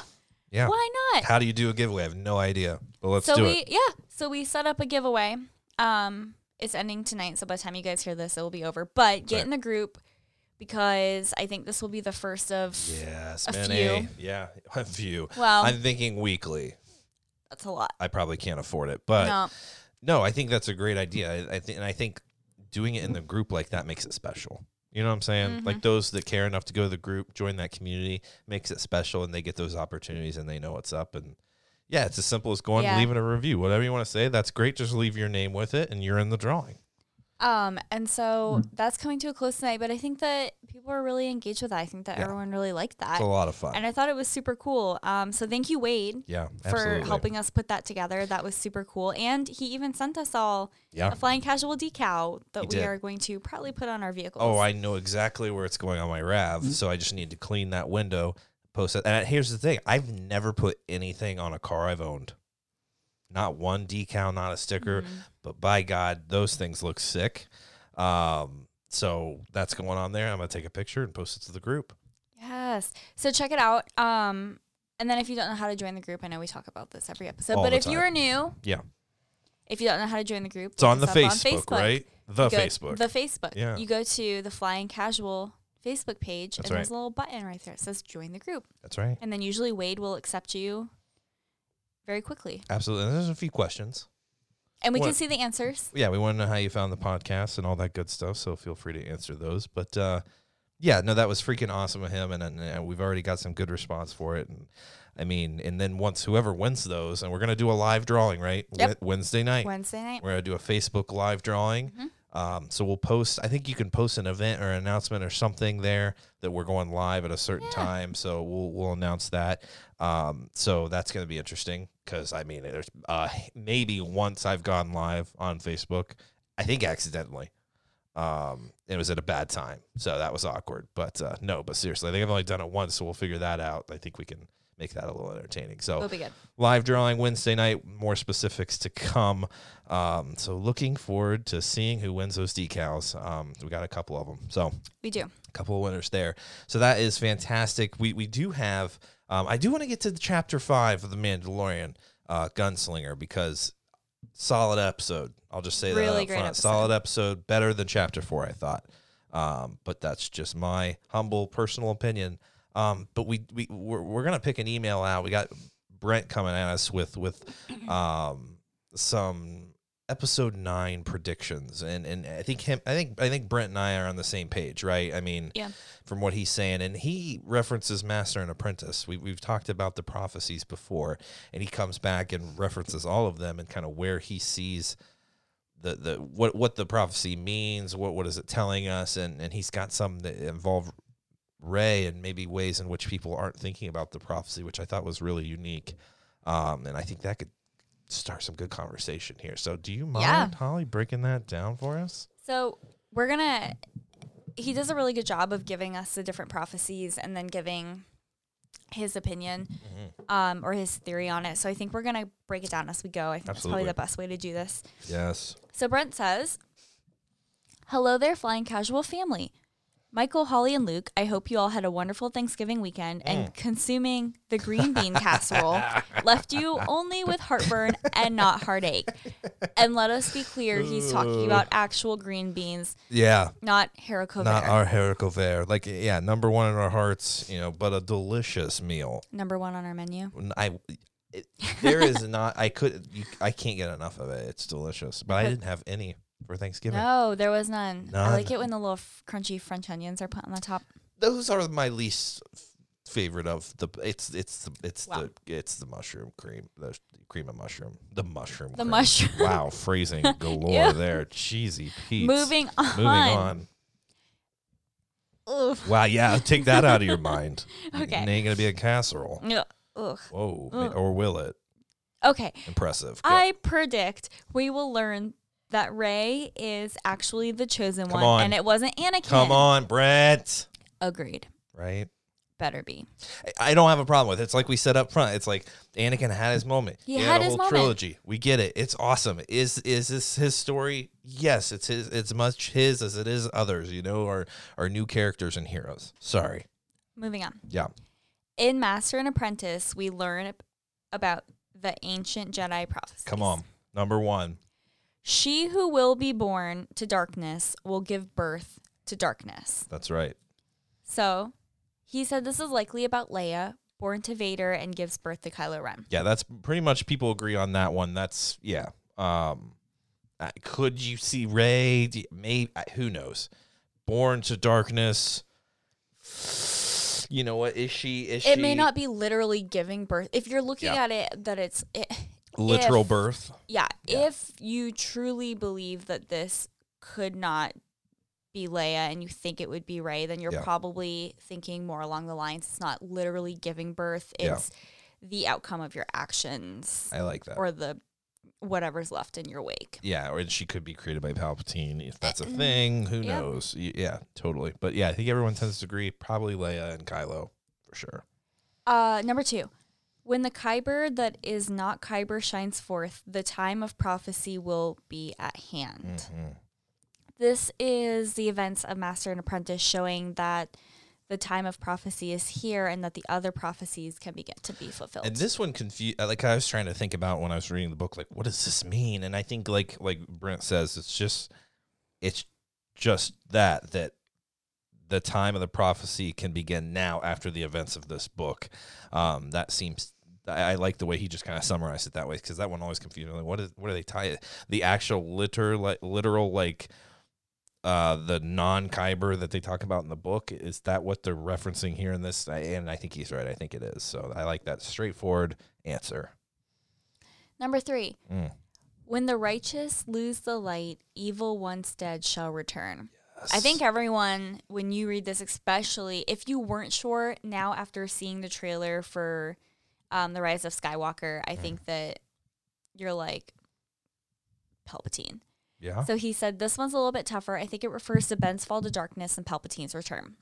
C: Yeah.
D: why not?"
C: How do you do a giveaway? I have no idea, but let's
D: so
C: do
D: we
C: it.
D: yeah, so we set up a giveaway. Um, it's ending tonight, so by the time you guys hear this, it will be over. But get
C: Right.
D: in the group because I think this will be the first of.
C: Yes,
D: a
C: man.
D: few. Um,
C: eh? Yeah, <laughs> a few.
D: Well,
C: I'm thinking weekly.
D: that's a lot.
C: I probably can't afford it, but
D: no,
C: No, I think that's a great idea. I, I think, and I think doing it in the group like that makes it special. You know what I'm saying?
D: Mm-hmm.
C: Like those that care enough to go to the group, join that community, makes it special, and they get those opportunities and they know what's up. And yeah, it's as simple as going
D: Yeah.
C: and leaving a review. Whatever you want to say, that's great. Just leave your name with it, and you're in the drawing.
D: um, and so that's coming to a close tonight. But I think that people are really engaged with that. I think that
C: Yeah.
D: everyone really liked that,
C: It's a lot of fun.
D: and I thought it was super cool. Um, so thank you, Wade.
C: yeah,
D: for
C: absolutely.
D: helping us put that together. That was super cool. And he even sent us all
C: Yeah.
D: a flying casual decal that
C: He
D: we
C: did.
D: are going to proudly put on our vehicles.
C: Oh, I know exactly where it's going on my Rav, so I just need to clean that window, post it. And here's the thing: I've never put anything on a car I've owned, not one decal, not a sticker. But by God, those things look sick. Um, so that's going on there. I'm gonna take a picture and post it to the group.
D: Yes. So check it out. Um, and then if you don't know how to join the group, I know we talk about this every episode,
C: All
D: but
C: the
D: if you
C: time.
D: are new,
C: Yeah,
D: if you don't know how to join the group,
C: it's
D: look
C: on the
D: us up
C: Facebook, right? The
D: Go-
C: Facebook.
D: The Facebook.
C: Yeah.
D: You go to the Flying Casual Facebook page,
C: That's
D: and
C: right.
D: there's a little button right there. It says join the group.
C: that's right.
D: And then usually Wade will accept you very quickly.
C: Absolutely. And there's a few questions.
D: And we can
C: What-
D: see the answers.
C: yeah, we want to know how you found the podcast and all that good stuff. So feel free to answer those. But uh, yeah, no, that was freaking awesome of him, and, and, and we've already got some good response for it. And I mean, and then once whoever wins those, and we're gonna do a live drawing, right?
D: Yep.
C: Wed- Wednesday night.
D: Wednesday night.
C: We're gonna do a Facebook live drawing. Um, so we'll post. I think you can post an event or an announcement or something there that we're going live at a certain time. So we'll we'll announce that. Um, so that's gonna be interesting because I mean, there's uh, maybe once I've gone live on Facebook. I think accidentally. Um, it was at a bad time, so that was awkward. But uh, no, but seriously, I think I've only done it once, so we'll figure that out. I think we can make that a little entertaining. So
D: It'll be good.
C: live drawing Wednesday night. More specifics to come. Um, so looking forward to seeing who wins those decals. Um, we got a couple of them. So
D: We do.
C: couple of winners there. So that is fantastic. We we do have. Um, I do want to get to the chapter five of the Mandalorian uh, Gunslinger because solid episode. I'll just say that
D: Really
C: up
D: great
C: front.
D: episode.
C: Solid episode, better than chapter four, I thought. Um, but that's just my humble personal opinion. Um, but we we we're, we're gonna pick an email out. We got Brent coming at us with with um, some episode nine predictions, and and I think him, I think I think Brent and I are on the same page, right? I mean,
D: Yeah.
C: from what he's saying, and he references Master and Apprentice. We we've talked about the prophecies before, and he comes back and references all of them and kind of where he sees the the what what the prophecy means, what what is it telling us, and and he's got some that involve Ray and maybe ways in which people aren't thinking about the prophecy, which I thought was really unique. Um, and I think that could start some good conversation here. So, do you mind,
D: Yeah.
C: Holly, breaking that down for us?
D: So we're gonna. He does a really good job of giving us the different prophecies and then giving his opinion um, or his theory on it. So I think we're gonna break it down as we go. I
C: Absolutely.
D: think that's probably the best way to do this.
C: Yes.
D: So Brent says, "Hello there, flying casual family." Michael, Holly, and Luke, I hope you all had a wonderful Thanksgiving weekend
C: Mm.
D: and consuming
C: <laughs>
D: the green bean casserole left you only with heartburn and not heartache. And let us be clear, he's talking about actual green beans,
C: Yeah.
D: not haricot
C: Not
D: vert.
C: our herico fair. Like, yeah, number one in our hearts, you know, but a delicious meal.
D: Number one on our menu.
C: N- I, it, there
D: <laughs>
C: is not, I could, you, I can't get enough of it. It's delicious, but I didn't have any for Thanksgiving.
D: No, there was none. I like
C: None.
D: it when the little f- crunchy French onions are put on the top.
C: Those are my least f- favorite of the. It's it's the it's
D: Wow.
C: the it's the mushroom cream, the sh- cream of mushroom, the mushroom,
D: The
C: cream.
D: mushroom.
C: Wow,
D: <laughs>
C: phrasing galore
D: Ew.
C: there, cheesy peeps.
D: Moving on.
C: Moving on.
D: Ugh.
C: Wow, yeah, take that out of your
D: <laughs>
C: mind.
D: Okay. Mm.
C: It ain't gonna be a casserole.
D: Ugh. Ugh.
C: Whoa.
D: Ugh.
C: Or will it?
D: Okay.
C: Impressive. Go.
D: I predict we will learn that Ray is actually the chosen
C: Come
D: one
C: on.
D: and it wasn't Anakin.
C: Come on, Brett.
D: Agreed.
C: Right?
D: Better be.
C: I I don't have a problem with it. It's like we said up front. It's like Anakin had his moment.
D: He had
C: a
D: his
C: whole
D: moment.
C: trilogy. We get it. It's awesome. Is is this his story? Yes, it's his it's much his as it is others, you know, or or new characters and heroes. Sorry.
D: Moving on.
C: Yeah.
D: In Master and Apprentice, we learn ab- about the ancient Jedi prophecies.
C: Come on. Number one.
D: She who will be born to darkness will give birth to darkness.
C: That's right.
D: So he said this is likely about Leia, born to Vader and gives birth to Kylo Ren.
C: Yeah, that's pretty much people agree on that one. That's yeah. Um, uh, could you see Ray? Maybe uh, who knows? Born to darkness. You know what? Is she? Is
D: It
C: she
D: may not be literally giving birth. If you're looking
C: Yeah.
D: at it that it's it,
C: literal
D: if-
C: birth?
D: yeah,
C: Yeah.
D: if you truly believe that this could not be Leia and you think it would be Ray, then you're
C: Yeah.
D: probably thinking more along the lines it's not literally giving birth,
C: Yeah.
D: it's the outcome of your actions
C: I like that.
D: or the whatever's left in your wake.
C: yeah, or she could be created by Palpatine if that's a thing. Who
D: Yeah.
C: knows? Y- Yeah, totally. But yeah, I think everyone tends to agree. Probably Leia and Kylo for sure.
D: Uh, number two, when the Kyber that is not Kyber shines forth, the time of prophecy will be at hand.
C: Mm.
D: This is the events of Master and Apprentice showing that the time of prophecy is here and that the other prophecies can begin to be fulfilled.
C: And this one confused. Like I was trying to think about when I was reading the book, like what does this mean? And I think, like like Brent says, it's just, it's just that that the time of the prophecy can begin now after the events of this book. Um, that seems. I, I like the way he just kind of summarized it that way because that one always confused me. Like, what is what do they tie it? The actual liter like literal like. Uh, the non Kyber that they talk about in the book is that what they're referencing here in this? I, and I think he's right. I think it is. So I like that straightforward answer.
D: number three,
C: Mm.
D: when the righteous lose the light, evil once dead shall return. I think everyone, when you read this, especially if you weren't sure now after seeing the trailer for um, The Rise of Skywalker, I think that you're like Palpatine.
C: Yeah.
D: So he said this one's a little bit tougher. I think it refers to Ben's fall to darkness and Palpatine's return.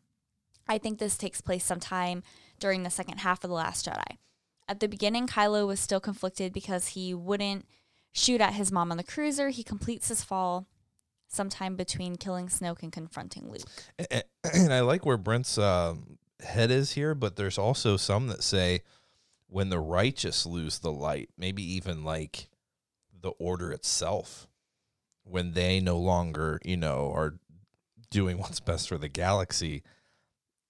D: I think this takes place sometime during the second half of The Last Jedi. At the beginning, Kylo was still conflicted because he wouldn't shoot at his mom on the cruiser. He completes his fall sometime between killing Snoke and confronting Luke.
C: and, <clears throat> and I like where Brent's um, head is here, but there's also some that say when the righteous lose the light, maybe even like the order itself, when they no longer, you know, are doing <laughs> what's best for the galaxy,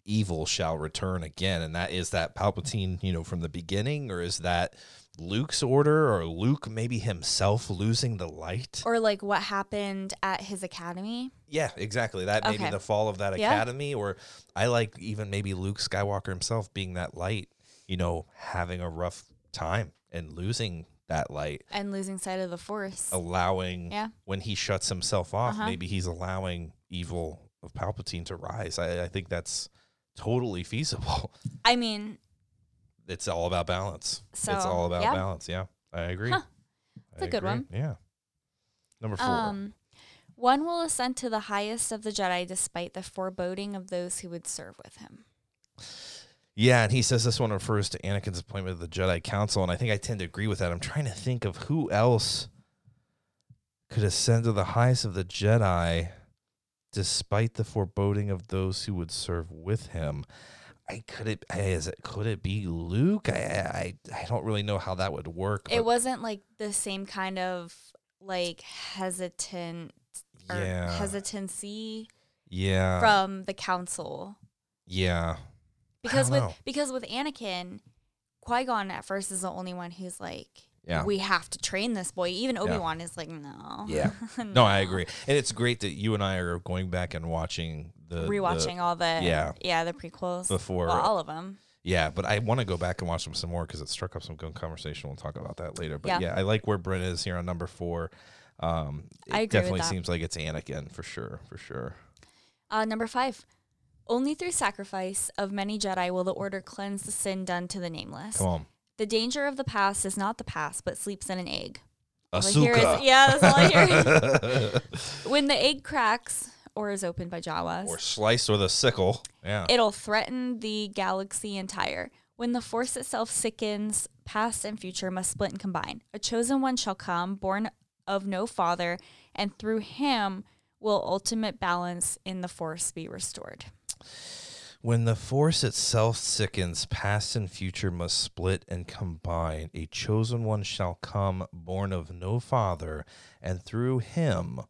C: evil shall return again. And that is that Palpatine, you know, from the beginning, or is that Luke's order, or Luke maybe himself losing the light?
D: Or like what happened at his academy.
C: Yeah, exactly. That may be
D: Okay.
C: the fall of that
D: Yeah.
C: academy, or I like even maybe Luke Skywalker himself being that light, you know, having a rough time and losing that light,
D: And losing sight of the force.
C: Oh. allowing
D: Yeah.
C: when he shuts himself off,
D: Uh-huh.
C: maybe he's allowing evil of Palpatine to rise. I, I think that's totally feasible. <laughs>
D: I mean,
C: It's all about balance.
D: so
C: it's all about
D: yeah.
C: balance. Yeah, I agree.
D: Huh.
C: I
D: It's a good one.
C: Yeah. Number four.
D: Um, one will ascend to the highest of the Jedi despite the foreboding of those who would serve with him.
C: Yeah, and he says this one refers to Anakin's appointment to the Jedi Council, and I think I tend to agree with that. I'm trying to think of who else could ascend to the highest of the Jedi despite the foreboding of those who would serve with him. I could it is it could it be Luke? I I, I don't really know how that would work.
D: It
C: but
D: wasn't like the same kind of like hesitant or
C: yeah, Uh,
D: hesitancy
C: yeah,
D: from the council
C: yeah.
D: because
C: don't
D: with
C: know.
D: because with Anakin, Qui Gon at first is the only one who's like,
C: Yeah.
D: we have to train this boy. Even Obi Wan is like, no, <laughs>
C: Yeah. No, I agree, and it's great that you and I are going back and watching the the-
D: Rewatching all the
C: yeah.
D: yeah the prequels
C: Before-
D: well, all of them.
C: Yeah, but I want to go back and watch them some more because it struck up some good conversation. We'll talk about that later. But yeah,
D: Yeah.
C: I like where Brent is here on number four. Um, it
D: I agree with
C: definitely
D: that.
C: seems like it's Anakin for sure, for sure.
D: Uh, number five, Only through sacrifice of many Jedi will the Order cleanse the sin done to the Nameless.
C: Come on.
D: The danger of the past is not the past, but sleeps in an egg. All I hear
C: Asuka.
D: is, yeah, that's all I hear. <laughs> when the egg cracks or is opened by Jawas,
C: or slice with a sickle. Yeah.
D: it'll threaten the galaxy entire. When the force itself sickens, past and future must split and combine. A chosen one shall come, born of no father, and through him will ultimate balance in the force be restored.
C: When the force itself sickens, past and future must split and combine. A chosen one shall come, born of no father, and through him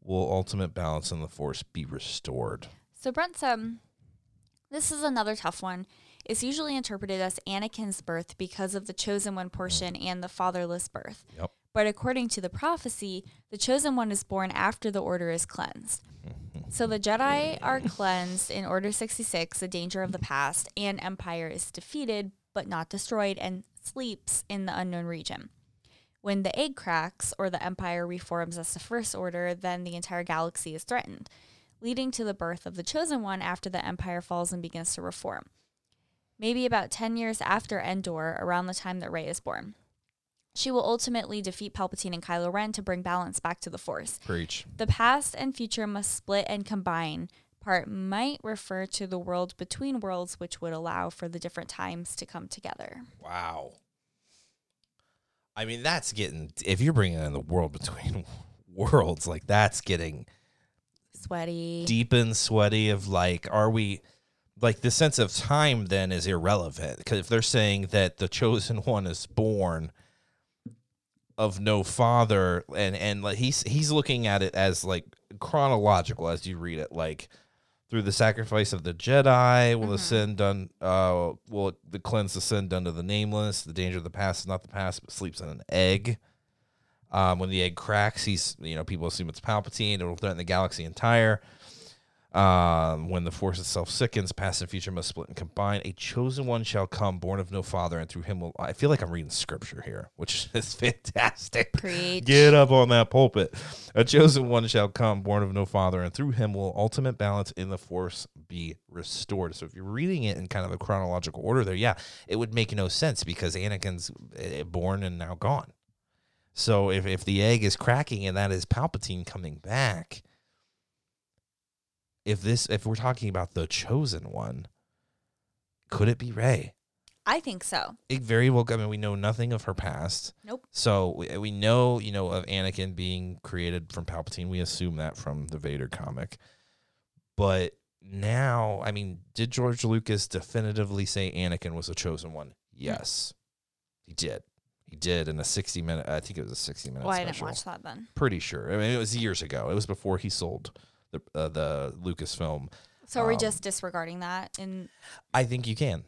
C: will ultimate balance in the force be restored.
D: So Brent said, this is another tough one. It's usually interpreted as Anakin's birth because of the chosen one portion and the fatherless birth.
C: Yep.
D: But according to the prophecy, the chosen one is born after the order is cleansed. So the Jedi are cleansed in Order 66, the danger of the past, and Empire is defeated but not destroyed and sleeps in the unknown region. When the egg cracks or the Empire reforms as the First Order, then the entire galaxy is threatened, leading to the birth of the Chosen One after the Empire falls and begins to reform. Maybe about 10 years after Endor, around the time that Rey is born. She will ultimately defeat Palpatine and Kylo Ren to bring balance back to the Force.
C: Preach.
D: The past and future must split and combine. Part might refer to the world between worlds, which would allow for the different times to come together.
C: Wow. I mean, that's getting, if you're bringing in the world between <laughs> worlds, like that's getting
D: Sweaty.
C: deep and sweaty of like are we like the sense of time then is irrelevant because if they're saying that the chosen <laughs> one is born of no father and and like he's he's looking at it as like chronological as you read it like through the sacrifice of the Jedi, will the sin done, uh, will it- the cleanse the sin done to the nameless? The danger of the past is not the past, but sleeps in an egg. Um, when the egg cracks, he's you know people assume it's Palpatine. It'll threaten the galaxy entire. Um, when the force itself sickens, past and future must split and combine. A chosen one shall come, born of no father, and through him will. I feel like I'm reading scripture here, which <laughs> is fantastic.
D: Preach.
C: Get up on that pulpit. A chosen one shall come, born of no father, and through him will ultimate balance in the force be restored. So if you're reading it in kind of a chronological order there, yeah, it would make no sense because Anakin's eh, born and now gone. So if, if the egg is cracking and that is Palpatine coming back, if this if we're talking about the chosen one, could it be Rey?
D: I think so.
C: It very well. I mean, we know nothing of her past.
D: Nope.
C: So we, we know, you know, of Anakin being created from Palpatine. We assume that from the Vader comic. But now, I mean, did George Lucas definitively say Anakin was the chosen one? Yes, he did. He did in a sixty-minute. I think it was a sixty-minute.
D: Well, I
C: special
D: didn't watch that then.
C: pretty sure. I mean, it was years ago. It was before he sold the uh, the Lucasfilm.
D: So are we
C: Um,
D: just disregarding that? And
C: I think you can.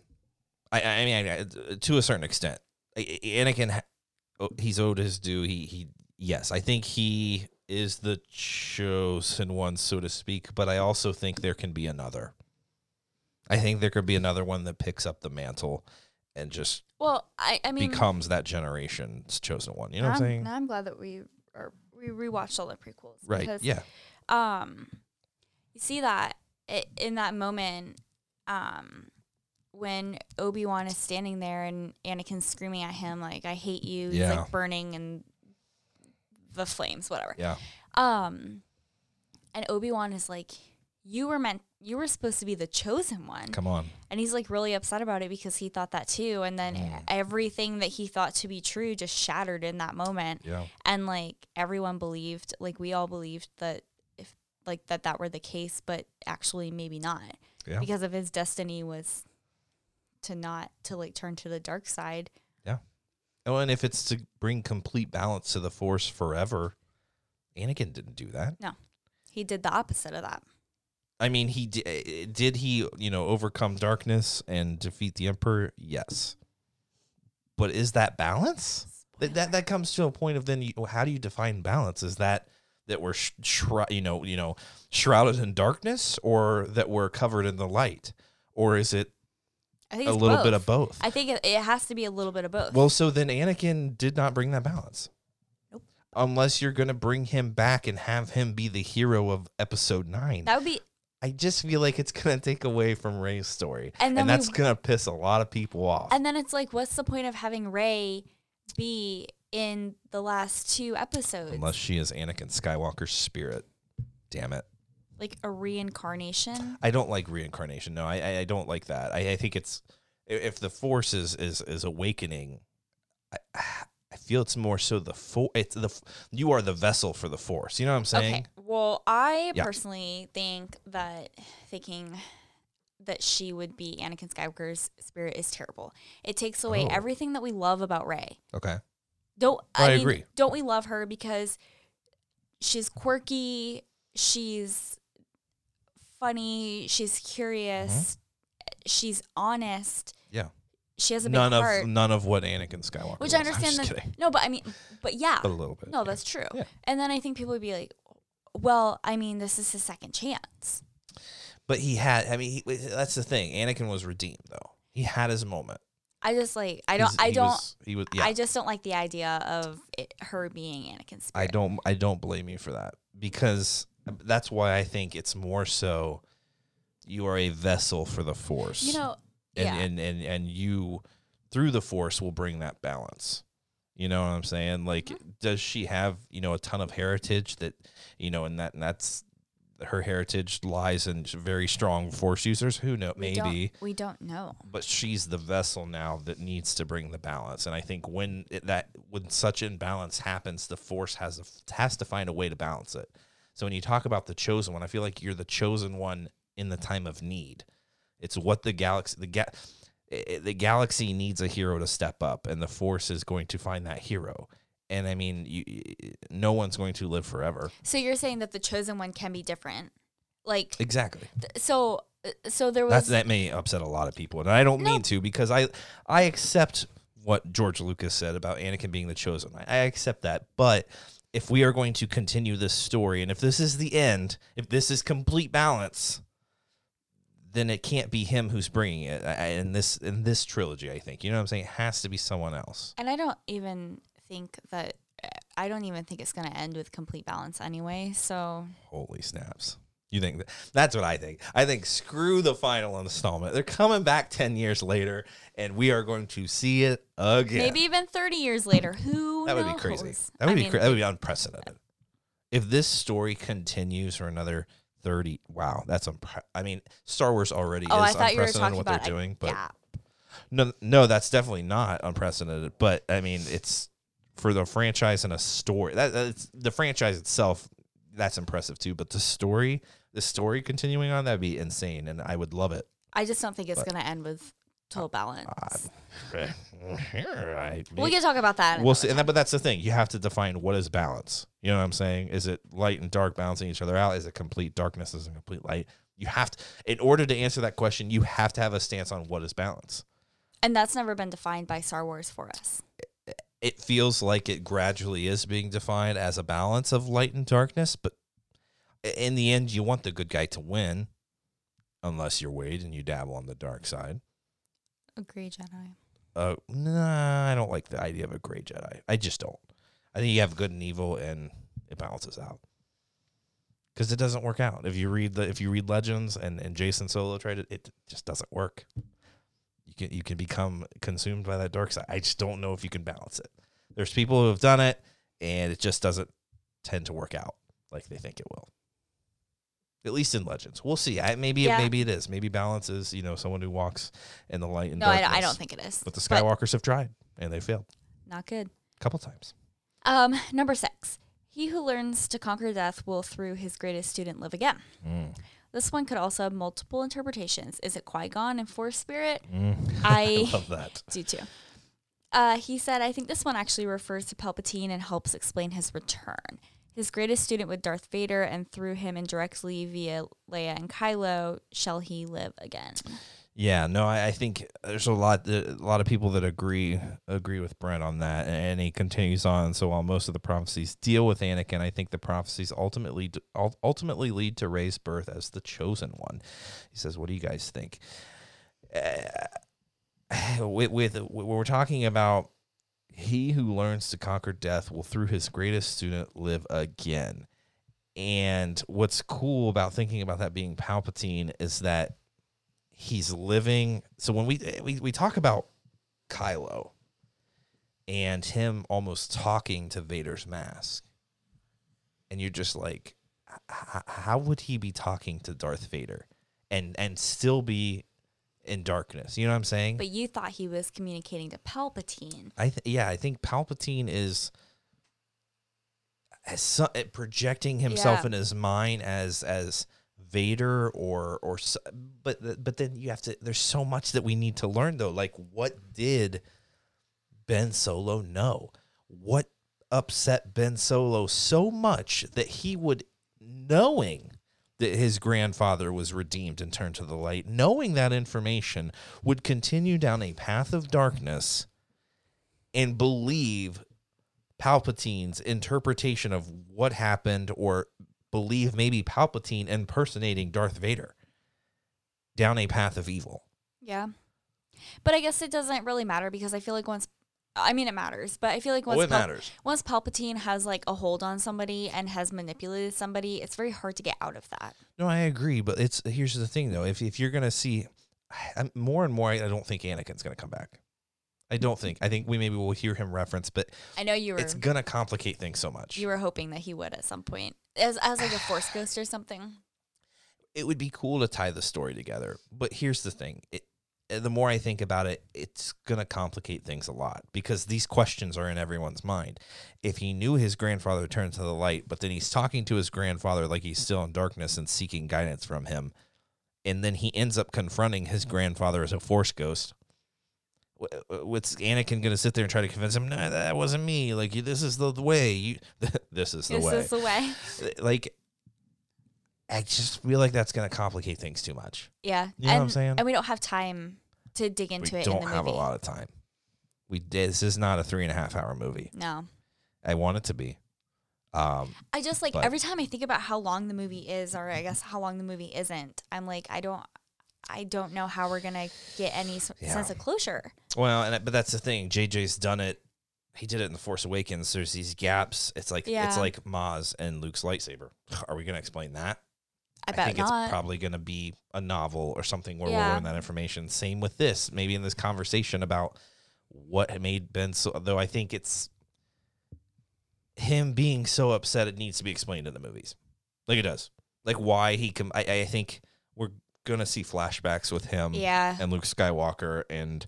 C: I I I mean, I, I- to a certain extent, I- I- Anakin, ha- oh, he's owed his due. He he. Yes, I think he is the chosen one, so to speak. But I also think there can be another. I think there could be another one that picks up the mantle and just
D: well, I, I mean,
C: becomes that generation's chosen one. You know
D: now
C: what I'm
D: I'm,
C: saying?
D: now I'm glad that we are we rewatched all the prequels.
C: right.
D: because
C: Yeah.
D: um you see that i in that moment um when obi-wan is standing there and anakin's screaming at him like i hate you he's
C: Yeah.
D: like burning and the flames whatever
C: Yeah.
D: um and obi-wan is like you were meant you were supposed to be the chosen one
C: Come on.
D: and he's like really upset about it because he thought that too and then
C: Mm.
D: everything that he thought to be true just shattered in that moment
C: Yeah.
D: and like everyone believed like we all believed that if like that that were the case but actually maybe not
C: Yeah.
D: because if his destiny was to not to like turn to the dark side
C: Oh, and if it's to bring complete balance to the Force forever, Anakin didn't do that.
D: he did the opposite of that
C: I mean, he di- eh, did he you know overcome darkness and defeat the Emperor. Yes, but is that balance? That that, that comes to a point of then you, how do you define balance? Is that that we're sh- shroud, you know you know shrouded in darkness, or that we're covered in the light, or is it
D: i think
C: a
D: it's
C: little bit of
D: both.
C: both?
D: i think it, it has to be a little bit of both
C: Well, so then Anakin did not bring that balance.
D: Nope.
C: Unless you're going to bring him back and have him be the hero of episode nine.
D: that would be
C: I just feel like it's gonna take away from Ray's story,
D: And
C: and,
D: then we-
C: that's gonna piss a lot of people off.
D: And then it's like, what's the point of having Ray be in the last two episodes?
C: Unless she is Anakin Skywalker's spirit, damn it!
D: like a reincarnation?
C: I don't like reincarnation. No, I I, I don't like that. I, I think it's i- if the Force is is, is awakening, I, I feel it's more so the for it's the f- you are the vessel for the Force. You know what I'm saying?
D: Okay. Well, I
C: Yeah.
D: personally think that thinking that she would be Anakin Skywalker's spirit is terrible. It takes away
C: Oh.
D: everything that we love about Ray.
C: Okay.
D: Don't
C: I
D: mean,
C: agree.
D: Don't we love her because she's quirky, she's funny, she's curious, she's honest.
C: Yeah.
D: She has a big
C: Mm-hmm. None of
D: heart.
C: none of what Anakin Skywalker.
D: Which I
C: was. I'm
D: understand.
C: just
D: that-
C: kidding. <laughs>
D: no, but I mean, but yeah,
C: But a little bit.
D: no,
C: yeah.
D: that's true.
C: Yeah.
D: And then I think people would be like, "Well, I mean, this is his second chance."
C: But he had. I mean, he, that's the thing. Anakin was redeemed, though. He had his moment.
D: I just like I don't
C: He's-
D: I
C: he
D: don't
C: was- he was. Yeah.
D: I just don't like the idea of it, her being Anakin's
C: I
D: spirit.
C: don't. I don't blame you for that because that's why I think it's more so. You are a vessel for the Force.
D: You know,
C: and
D: yeah,
C: and and and you through the force will bring that balance you know what i'm saying like
D: Mm-hmm.
C: does she have you know a ton of heritage that you know and that and that's her heritage lies in very strong force users who know
D: we don't-
C: maybe
D: we don't know.
C: but she's the vessel now that needs to bring the balance and i think when it, that when such imbalance happens the force has a, has to find a way to balance it so when you talk about the chosen one i feel like you're the chosen one in the time of need it's what the galaxy the ga- i- i- the galaxy needs a hero to step up and the force is going to find that hero and i mean you, y- no one's going to live forever
D: So you're saying that the chosen one can be different, like
C: exactly
D: th- so. So there was
C: That's, that may upset a lot of people, and I don't
D: No.
C: mean to because I I accept what George Lucas said about Anakin being the chosen. I, I accept that, but if we are going to continue this story, and if this is the end, if this is complete balance, then it can't be him who's bringing it. I, I- in this in this trilogy, I think you know what I'm saying. It has to be someone else.
D: And I don't even think that I don't even think it's going to end with complete balance anyway. So
C: Holy snaps! You think that, that's what I think? I think screw the final installment. They're coming back ten years later, and we are going to see it again.
D: maybe even 30 years later, who
C: That would be
D: knows?
C: crazy. That would
D: Oh, I
C: be
D: mean,
C: cra- that would be unprecedented. If this story continues for another thirty, wow, that's unpre- I mean, Star Wars already
D: Oh, I
C: is
D: thought you were
C: unprecedented
D: talking
C: what
D: about
C: they're
D: a
C: doing, but
D: gap.
C: no, no, that's definitely not unprecedented. But I mean, it's for the franchise and a story that that's, the franchise itself. That's impressive too, but the story, the story continuing on, that'd be insane, and I would love it.
D: I just don't think it's
C: But-
D: going to end with total balance.
C: I
D: we can talk about that.
C: We'll
D: another
C: see, and that, but that's the thing. You have to define what is balance. You know what I'm saying? Is it light and dark balancing each other out? Is it complete darkness? Is it complete light? You have to, in order to answer that question, you have to have a stance on what is balance.
D: And that's never been defined by Star Wars for us.
C: It feels like it gradually is being defined as a balance of light and darkness, but i- in the end, you want the good guy to win, unless you're Wade and you dabble on the dark side.
D: Agree, Jedi.
C: Uh, nah, I don't like the idea of a gray Jedi. I just don't. I think you have good and evil, and it balances out. Because it doesn't work out. If you read the if you read Legends and, and Jason Solo tried it, it just doesn't work. You can you can become consumed by that dark side. I just don't know if you can balance it. There's people who have done it, and it just doesn't tend to work out like they think it will. At least in Legends, we'll see. I, maybe
D: Yeah.
C: it, maybe it is. Maybe balance is you know someone who walks in the light and
D: No, I,
C: darkness.
D: I don't think it is.
C: But the Skywalkers have tried and they failed
D: Not good.
C: a couple times.
D: Um, number six. He who learns to conquer death will through his greatest student live again.
C: Mm-hmm.
D: This one could also have multiple interpretations. Is it Qui Gon and Force Spirit? I,
C: <laughs> I love that.
D: do too. Uh, he said, I think this one actually refers to Palpatine and helps explain his return. His greatest student with Darth Vader, and through him indirectly via Leia and Kylo, shall he live again?
C: Yeah, no, I, I think there's a lot, a lot of people that agree agree with Brent on that, and he continues on. So while most of the prophecies deal with Anakin, I think the prophecies ultimately ul- ultimately lead to Ray's birth as the chosen one. He says, "What do you guys think?" Uh, <laughs> with, with when we're talking about he who learns to conquer death will through his greatest student live again. And what's cool about thinking about that being Palpatine is that he's living. So when we we, we talk about Kylo and him almost talking to Vader's mask, and you're just like, "H- h- how would he be talking to Darth Vader and and still be in darkness? You know what I'm saying?
D: But you thought he was communicating to Palpatine.
C: I th- yeah, I think Palpatine is as so- eh, projecting himself
D: Yeah.
C: in his mind as as Vader or or s- but th- but then you have to there's so much that we need to learn though. Like what did Ben Solo know? What upset Ben Solo so much that he would knowing that his grandfather was redeemed and turned to the light, knowing that information would continue down a path of darkness and believe Palpatine's interpretation of what happened, or believe maybe Palpatine impersonating Darth Vader down a path of evil.
D: Yeah. But I guess it doesn't really matter because I feel like once I mean it matters, but I feel like once
C: Well, Oh, it
D: Pal-
C: matters.
D: once Palpatine has like a hold on somebody and has manipulated somebody, it's very hard to get out of that.
C: No, I agree, but it's here's the thing though. If if you're gonna see I'm, more and more, I, I don't think Anakin's gonna come back. I don't think. I think we maybe will hear him reference, but
D: I know you were
C: it's gonna complicate things so much.
D: you were hoping that he would at some point as as like
C: <sighs>
D: a force ghost or something.
C: it would be cool to tie the story together. But here's the thing: it, the more I think about it, it's gonna complicate things a lot because these questions are in everyone's mind. If he knew his grandfather turned to the light, but then he's talking to his grandfather like he's still in darkness and seeking guidance from him, and then he ends up confronting his grandfather as a force ghost. wh- wh- What's Anakin gonna sit there and try to convince him? No, that wasn't me. Like you- this is the the way. You <laughs> this is the
D: this
C: way
D: is the
C: <laughs>
D: way.
C: like I just feel like that's gonna complicate things too much.
D: Yeah.
C: You know what I'm
D: and,
C: saying?
D: And we don't have time to dig into
C: we
D: it
C: don't
D: in the
C: have
D: movie.
C: a lot of time. We this is not a three and a half hour movie.
D: No.
C: I want it to be. Um,
D: I just like
C: But-
D: every time I think about how long the movie is, or I guess how long the movie isn't. I'm like, I don't, I don't know how we're gonna get any s-
C: Yeah.
D: sense of closure.
C: well, and but that's the thing. JJ's done it. He did it in the Force Awakens. There's these gaps. It's like
D: Yeah.
C: it's like Maz and Luke's lightsaber. <sighs> Are we gonna explain that?
D: I, bet
C: think
D: not.
C: it's probably going to be a novel or something where we'll
D: Yeah.
C: learn that information. Same with this, maybe in this conversation about what made Ben so. Though I think it's him being so upset, it needs to be explained in the movies, like it does, like why he can. I, I think we're gonna see flashbacks with him,
D: yeah,
C: and Luke Skywalker, and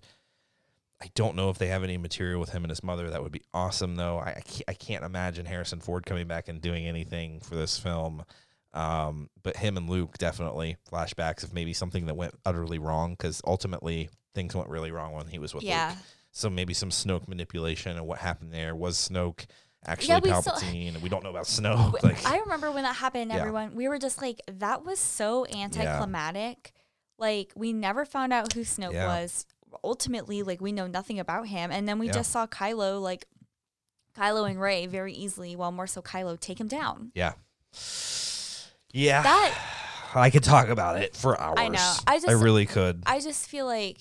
C: I don't know if they have any material with him and his mother. That would be awesome, though. I I can't, I can't imagine Harrison Ford coming back and doing anything for this film. Um, but him and Luke definitely flashbacks of maybe something that went utterly wrong because ultimately things went really wrong when he was with
D: yeah.
C: Luke. So maybe some Snoke manipulation and what happened there was Snoke actually
D: we still-
C: Palpatine, and we don't know
D: <laughs>
C: about Snoke.
D: W-
C: Like,
D: I remember when that happened.
C: Yeah.
D: Everyone, we were just like, that was so anticlimactic. Like we never found out who Snoke
C: Yeah.
D: was. Ultimately, like we know nothing about him, and then we
C: Yeah.
D: just saw Kylo, like Kylo and Ray, very easily. Well, more so Kylo take him down.
C: yeah, yeah.
D: That
C: <sighs> I could talk about it for hours.
D: know. I just-
C: I really could.
D: I just feel like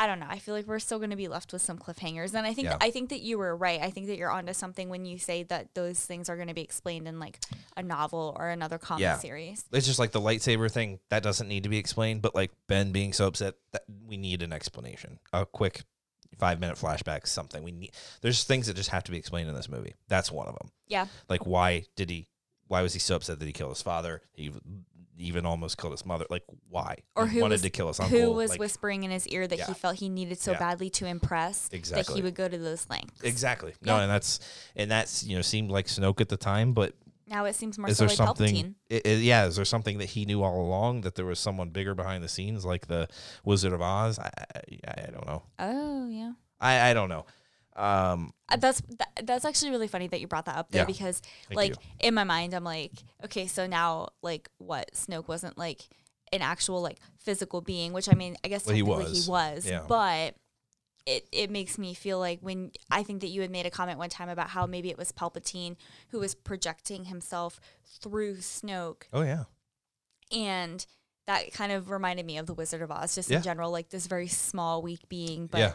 D: I don't know. I feel like we're still going to be left with some cliffhangers, and I think
C: Yeah.
D: I think that you were right. I think that you're onto something when you say that those things are going to be explained in like a novel or another comic
C: Yeah.
D: series.
C: it's just like the lightsaber thing that doesn't need to be explained but like ben being so upset that we need an explanation a quick five minute flashback something we need there's things that just have to be explained in this movie that's one of them
D: Yeah,
C: like why did he why was he so upset that he killed his father he even almost killed his mother like why
D: Or
C: he
D: who
C: wanted
D: was-
C: to kill his uncle
D: who was
C: like,
D: whispering in his ear that
C: Yeah.
D: he felt he needed so
C: Yeah.
D: badly to impress that
C: Exactly.
D: he would go to those lengths?
C: exactly no
D: Yeah.
C: and that's and that's you know seemed like snoke at the time but
D: Now it seems more
C: is
D: so
C: there
D: like Palpatine.
C: something i- i- yeah is there something that he knew all along that there was someone bigger behind the scenes like the wizard of oz i i, I don't know
D: Oh yeah.
C: i i don't know um
D: Uh, That's that, that's actually really funny that you brought that up there
C: Yeah.
D: because
C: Thank
D: like
C: you.
D: in my mind I'm like okay so now like what Snoke wasn't like an actual like physical being which I mean I guess
C: Well, he
D: technically he was,
C: was. Yeah.
D: but it it makes me feel like when I think that you had made a comment one time about how maybe it was Palpatine who was projecting himself through Snoke
C: oh yeah
D: and that kind of reminded me of the Wizard of Oz just
C: Yeah.
D: in general like this very small weak being but
C: yeah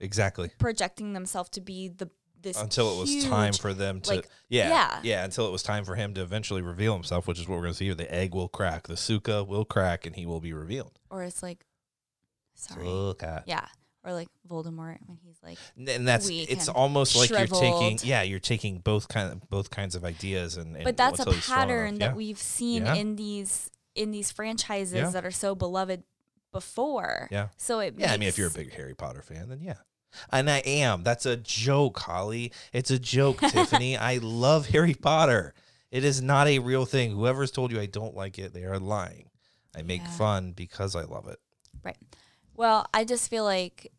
C: exactly
D: projecting themselves to be the this
C: until it was time
D: huge-
C: for them to
D: like,
C: yeah, yeah
D: yeah.
C: until it was time for him to eventually reveal himself which is what we're going to see here the egg will crack the suka will crack and he will be revealed
D: or it's like, sorry,
C: Suka.
D: yeah, or like Voldemort when he's like,
C: N- and that's
D: weak
C: it's
D: and
C: almost like you're taking
D: shriveled.
C: yeah you're taking both kind of both kinds of ideas and, and
D: but that's a
C: until he's strong enough.
D: pattern that
C: Yeah.
D: we've seen
C: Yeah.
D: in these in these franchises
C: Yeah.
D: that are so beloved before.
C: Yeah.
D: So it
C: Yeah, I mean, if
D: makes-
C: you're a big Harry Potter fan, then yeah. And I am. That's a joke, Holly. It's a
D: <laughs>
C: joke, Tiffany. I love Harry Potter. It is not a real thing. Whoever's told you I don't like it, they are lying. I make
D: Yeah.
C: fun because I love it.
D: Right. Well, I just feel like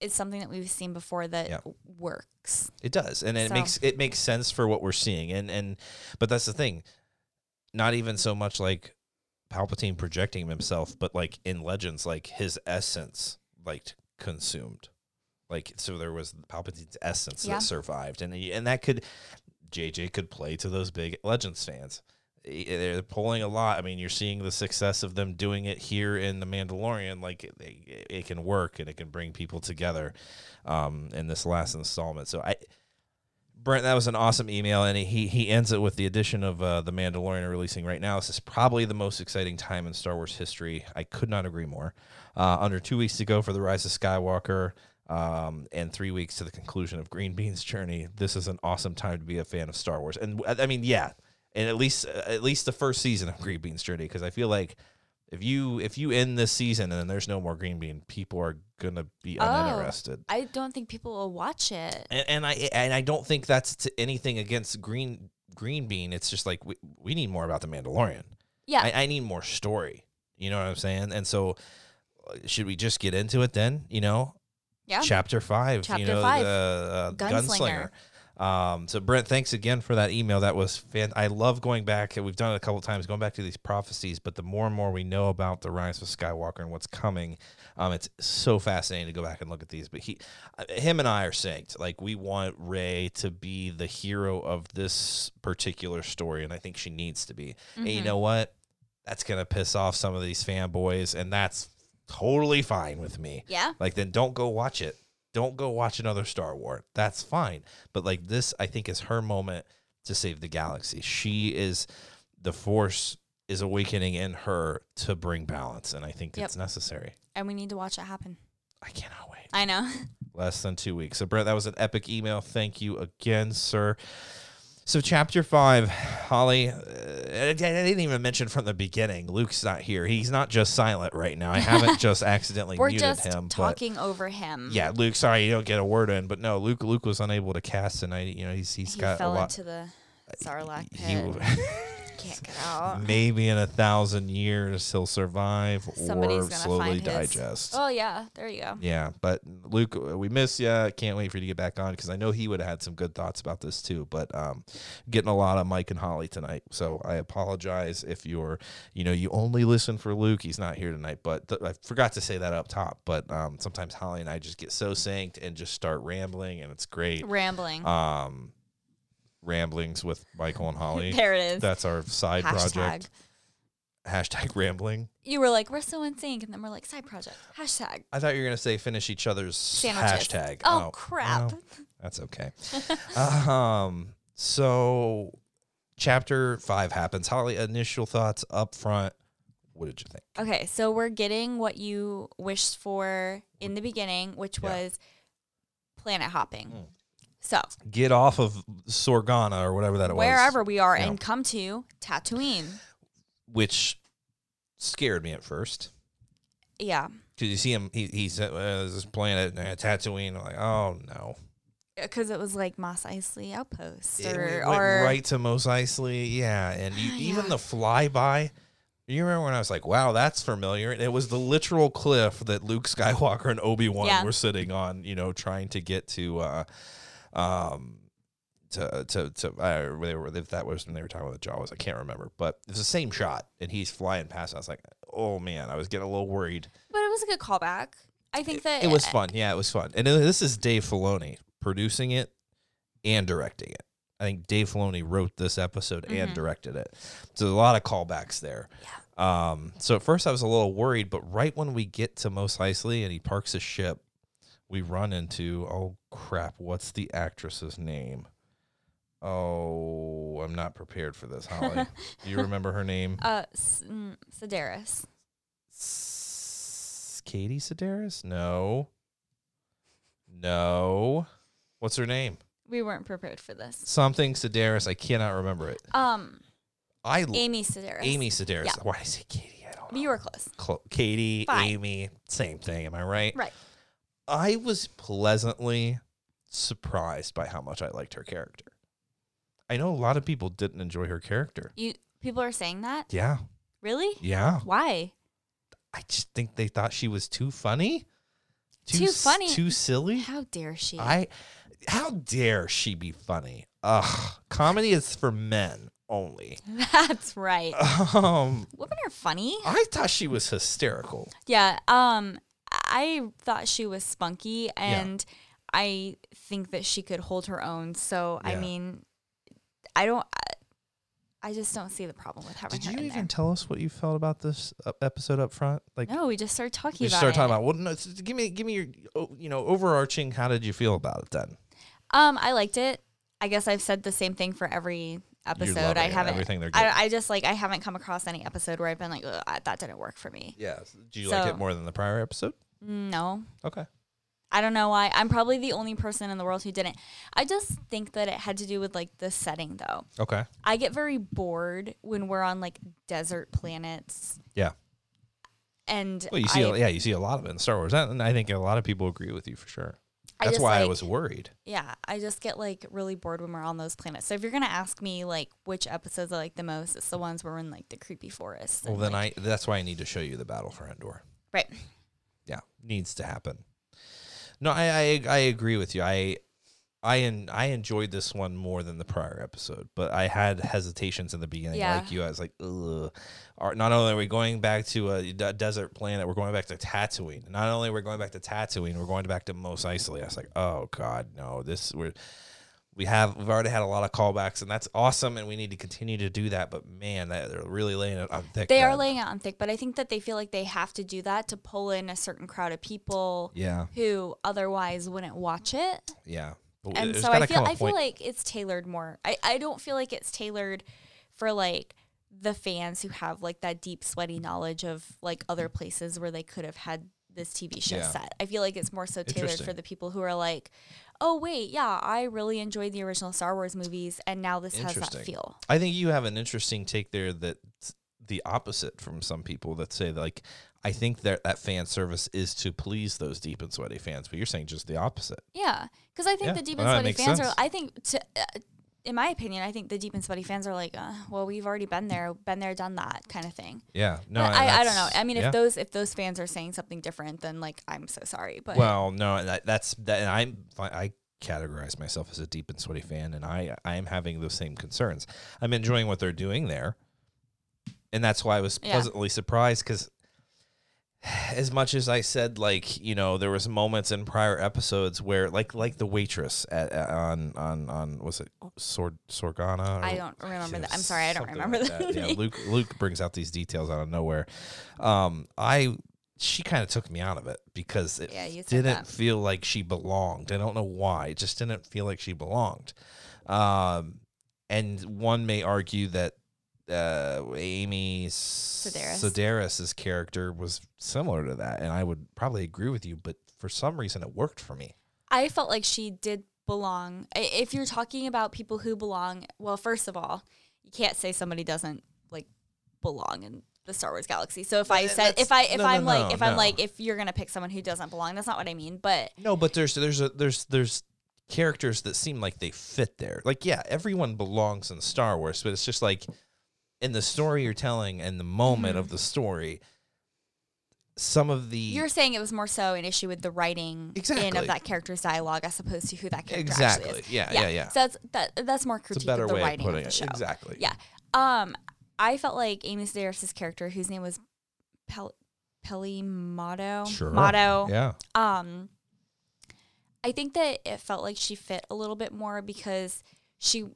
D: it's something that we've seen before that
C: Yeah.
D: works.
C: It does, and it
D: So-
C: makes it makes sense for what we're seeing. And and but that's the thing. Not even so much like Palpatine projecting himself, but like in Legends, like his essence, like consumed. Like so, there was Palpatine's essence
D: Yeah.
C: that survived, and he- and that could JJ could play to those big Legends fans. Eh, They're pulling a lot. I mean, you're seeing the success of them doing it here in The Mandalorian. Like it, it, it can work and it can bring people together um, in this last installment. So I, Brent, that was an awesome email, and he he ends it with the addition of uh, the Mandalorian releasing right now. This is probably the most exciting time in Star Wars history. I could not agree more. Uh, under two weeks to go for the Rise of Skywalker, um, and three weeks to the conclusion of Green Bean's journey. This is an awesome time to be a fan of Star Wars, and uh, I I mean, yeah, and at least uh, at least the first season of Green Bean's journey, because I feel like. If you if you end this season and then there's no more green bean, people are gonna be
D: Oh.
C: uninterested
D: I don't think people will watch it.
C: and, and I and I don't think that's to anything against green green bean. It's just like we, we need more about the Mandalorian.
D: Yeah.
C: I, I need more story. You know what I'm saying? And so, uh, should we just get into it then? You know,
D: yeah.
C: chapter five. you
D: Chapter
C: know,
D: five.
C: the uh, gunslinger.
D: Gunslinger.
C: Um, so Brent, thanks again for that email. That was fan. I love going back. and We've done it a couple times, going back to these prophecies. But the more and more we know about the rise of Skywalker and what's coming, um, it's so fascinating to go back and look at these. But he, uh, him, and I are synced. Like we want Ray to be the hero of this particular story, and I think she needs to be. And
D: Mm-hmm.
C: you know what? That's gonna piss off some of these fanboys, and that's totally fine with me.
D: yeah.
C: Like, then don't go watch it. Don't go watch another Star Wars. That's fine. But like this, I think is her moment to save the galaxy. She is the force is awakening in her to bring balance, and I think
D: Yep.
C: it's necessary.
D: And we need to watch it happen.
C: I cannot wait. <laughs>
D: I know.
C: Less than two weeks. So Brett, that was an epic email. Thank you again, sir. So chapter five, Holly. Uh, I I didn't even mention from the beginning. Luke's not here. He's not just silent right now. I
D: <laughs>
C: haven't just accidentally
D: We're
C: muted
D: just
C: him. but-
D: talking over him.
C: yeah, Luke. Sorry, you don't get a word in, but no, Luke. Luke was unable to cast tonight. You know, he's he's
D: He
C: got
D: fell
C: a lot. Uh,
D: into the Sarlacc pit. Uh-huh.
C: he w- <laughs>
D: Can't get out.
C: maybe in a thousand years he'll survive
D: Somebody's
C: or
D: gonna
C: slowly
D: find his-
C: digest.
D: Oh yeah, there you go.
C: Yeah, but Luke, uh, we miss you. Can't wait for you to get back on because I know he would have had some good thoughts about this too. But um, getting a lot of Mike and Holly tonight, so I apologize if you're, you know, you only listen for Luke. He's not here tonight, but th- I forgot to say that up top. But um, sometimes Holly and I just get so synced and just start rambling, and it's great.
D: Rambling.
C: Um, ramblings with Michael and Holly.
D: <laughs> there it is.
C: That's our side
D: Hashtag.
C: project. Hashtag rambling.
D: You were like, we're so in sync, and then we're like, side project. Hashtag.
C: I thought you were gonna say finish each other's
D: Sandwiches.
C: hashtag.
D: Oh, crap.
C: well, that's
D: <laughs>
C: okay. um. So, chapter five happens. Holly, initial thoughts up front. What did you think?
D: Okay, so we're getting what you wished for in the beginning, which
C: Yeah. Mm.
D: was planet hopping. So
C: Get off of Sorgana or whatever that it
D: wherever
C: was.
D: we are,
C: Yeah.
D: and come to Tatooine.
C: Which scared me at first.
D: Yeah,
C: Cause you see him, he, he's uh, there's this planet, uh, Tatooine. I'm like, oh no,
D: because it was like Moss Eisley Outpost,
C: It-
D: or,
C: it went
D: or Ah,
C: right to Mos Eisley. Yeah, and you, even
D: Yeah.
C: the flyby. You remember when I was like, "Wow, that's familiar." And it was the literal cliff that Luke Skywalker and Obi Wan
D: Yeah.
C: were sitting on, you know, trying to get to, uh, um, to to to uh, they were if that was when they were talking about the Jawas, I can't remember, but it's the same shot, and he's flying past. I was like, "Oh man," I was getting a little worried.
D: but it was a good callback. I think that uh,
C: It was fun, yeah, it was fun. And this is Dave Filoni producing it and directing it. I think Dave Filoni wrote this episode
D: Mm-hmm.
C: and directed it. So there's a lot of callbacks there. Yeah. Um, so at first I was a little worried, but right when we get to Mos Eisley and he parks his ship, we run into oh crap, what's the actress's name? Oh, I'm not prepared for this,
D: <laughs>
C: Holly. Do you remember her name?
D: Uh, S- mm, Sedaris.
C: S- Katie Sedaris? No. No. What's her name?
D: We weren't prepared for this.
C: Something Sedaris. I cannot remember it.
D: Um,
C: I l- Amy,
D: Amy Sedaris.
C: Sedaris.
D: Yeah.
C: Why did I say Katie? I don't know.
D: You were close.
C: Cl- Katie,
D: Fine.
C: Amy, same thing. Am I right?
D: Right.
C: I was pleasantly surprised by how much I liked her character. I know a lot of people didn't enjoy her character.
D: You people are saying that?
C: Yeah.
D: Really?
C: Yeah.
D: Why?
C: I just think they thought she was too funny.
D: Too
C: s-
D: funny?
C: Too silly.
D: How dare she?
C: I how dare she be funny? Ugh. Comedy is for men only.
D: <laughs> That's right.
C: Um
D: Women are funny.
C: I thought she was hysterical.
D: Yeah. Um, I thought she was spunky, and I think that she could hold her own. So I
C: Yeah.
D: mean, I don't. I- I just don't see the problem with having
C: Did
D: her
C: you
D: in
C: even
D: there.
C: tell us what you felt about this uh, episode up front? Like
D: no, we just started talking
C: you
D: about.
C: start
D: it.
C: talking about well, no, s- give me give me your oh, you know overarching. How did you feel about it then?
D: Um, I liked it. I guess I've said the same thing for every episode.
C: loving
D: I
C: it,
D: haven't.
C: everything they're
D: I,
C: getting.
D: I just like I haven't come across any episode where I've been like, "Ugh, I- that didn't work for me.
C: Yeah. Do you like
D: So-
C: it more than the prior episode?
D: No,
C: Okay.
D: I don't know why. I'm probably the only person in the world who didn't. I just think that it had to do with like the setting, though.
C: Okay.
D: I get very bored when we're on like desert planets,
C: Yeah.
D: and
C: Well, you see,
D: I,
C: a yeah, you see a lot of it in Star Wars, and I think a lot of people agree with you for sure.
D: I
C: That's
D: just,
C: why I
D: like-
C: was worried.
D: yeah, I just get like really bored when we're on those planets. So if you're gonna ask me like which episodes I like the most, it's the ones where we're in like the creepy forest.
C: Well,
D: and,
C: then
D: like-
C: I that's why I need to show you the battle for Endor.
D: right.
C: Yeah, needs to happen. No, I I, I agree with you. I I en, I enjoyed this one more than the prior episode, but I had hesitations in the beginning.
D: Yeah.
C: Like you, I was like, Ugh. Are- Not only are we going back to a d- desert planet, we're going back to Tatooine. Not only we're going back to Tatooine, we're going back to Mos Eisley. I was like, oh god, no, this we're we have we've already had a lot of callbacks, and that's awesome, and we need to continue to do that. But man, that, they're really laying it on thick.
D: They are
C: then.
D: laying it on thick, but I think that they feel like they have to do that to pull in a certain crowd of people
C: Yeah,
D: who otherwise wouldn't watch it.
C: yeah. But
D: and
C: there's
D: so
C: gotta
D: I feel
C: come a
D: I feel
C: point-
D: like it's tailored more. I, I don't feel like it's tailored for like the fans who have like that deep sweaty knowledge of like other places where they could have had this TV show
C: Yeah.
D: set. I feel like it's more so tailored for
C: Interesting.
D: the people who are like, oh wait, yeah, I really enjoyed the original Star Wars movies, and now this has that
C: Interesting.
D: feel.
C: I think you have an interesting take there that's the opposite from some people that say like I think that that fan service is to please those deep and sweaty fans, but you're saying just the opposite.
D: Yeah, because I think
C: Yeah.
D: the deep
C: Well,
D: and
C: that
D: sweaty
C: makes
D: fans
C: sense.
D: are. I think to. Uh, in my opinion, I think the deep and sweaty fans are like, uh, well, we've already been there, been there, done that kind of thing.
C: Yeah. No,
D: But
C: and
D: I, I don't know.
C: that's-
D: I mean,
C: yeah.
D: if those if those fans are saying something different, then like I'm so sorry. But
C: well, no, and that, that's that. And I'm fi- I categorize myself as a deep and sweaty fan, and I I am having those same concerns. I'm enjoying what they're doing there, and that's why I was
D: Yeah.
C: pleasantly surprised because. As much as I said, like you know, there was moments in prior episodes where, like, like the waitress at, at- on on on was it Sor- Sorgana? or-
D: I don't remember
C: yeah,
D: that. I'm sorry, I don't
C: something
D: remember
C: like
D: <laughs> that.
C: Yeah, Luke Luke brings out these details out of nowhere. Um, I she kind of took me out of it because it
D: Yeah, you said
C: didn't
D: that.
C: feel like she belonged. I don't know why. It just didn't feel like she belonged. Um, and one may argue that uh, Amy
D: Sedaris.
C: Sedaris. Sedaris's character was similar to that, and I would probably agree with you. But for some reason, it worked for me.
D: I felt like she did belong. I- If you're talking about people who belong, well, first of all, you can't say somebody doesn't like belong in the Star Wars galaxy. So if I
C: Yeah,
D: said if
C: that's-
D: I if
C: no, no,
D: I'm like
C: no,
D: if I'm
C: no.
D: like if you're gonna pick someone who doesn't belong, that's not what I mean. But
C: No, but there's there's a there's there's characters that seem like they fit there. Like yeah, everyone belongs in Star Wars, but it's just like in the story you're telling and the moment
D: Mm-hmm.
C: of the story some of the
D: you're saying it was more so an issue with the writing in
C: Exactly.
D: of that character's dialogue as opposed to who that character actually
C: Exactly.
D: is.
C: Yeah, yeah, yeah.
D: So that's that, that's more
C: it's
D: critique
C: a better
D: of the
C: way of
D: writing
C: putting
D: of the
C: it.
D: show.
C: Exactly.
D: Yeah. Um, I felt like Amy Sedaris's character, whose name was Pel- Pelimato.
C: Sure.
D: Motto.
C: Yeah.
D: Um, I think that it felt like she fit a little bit more because she,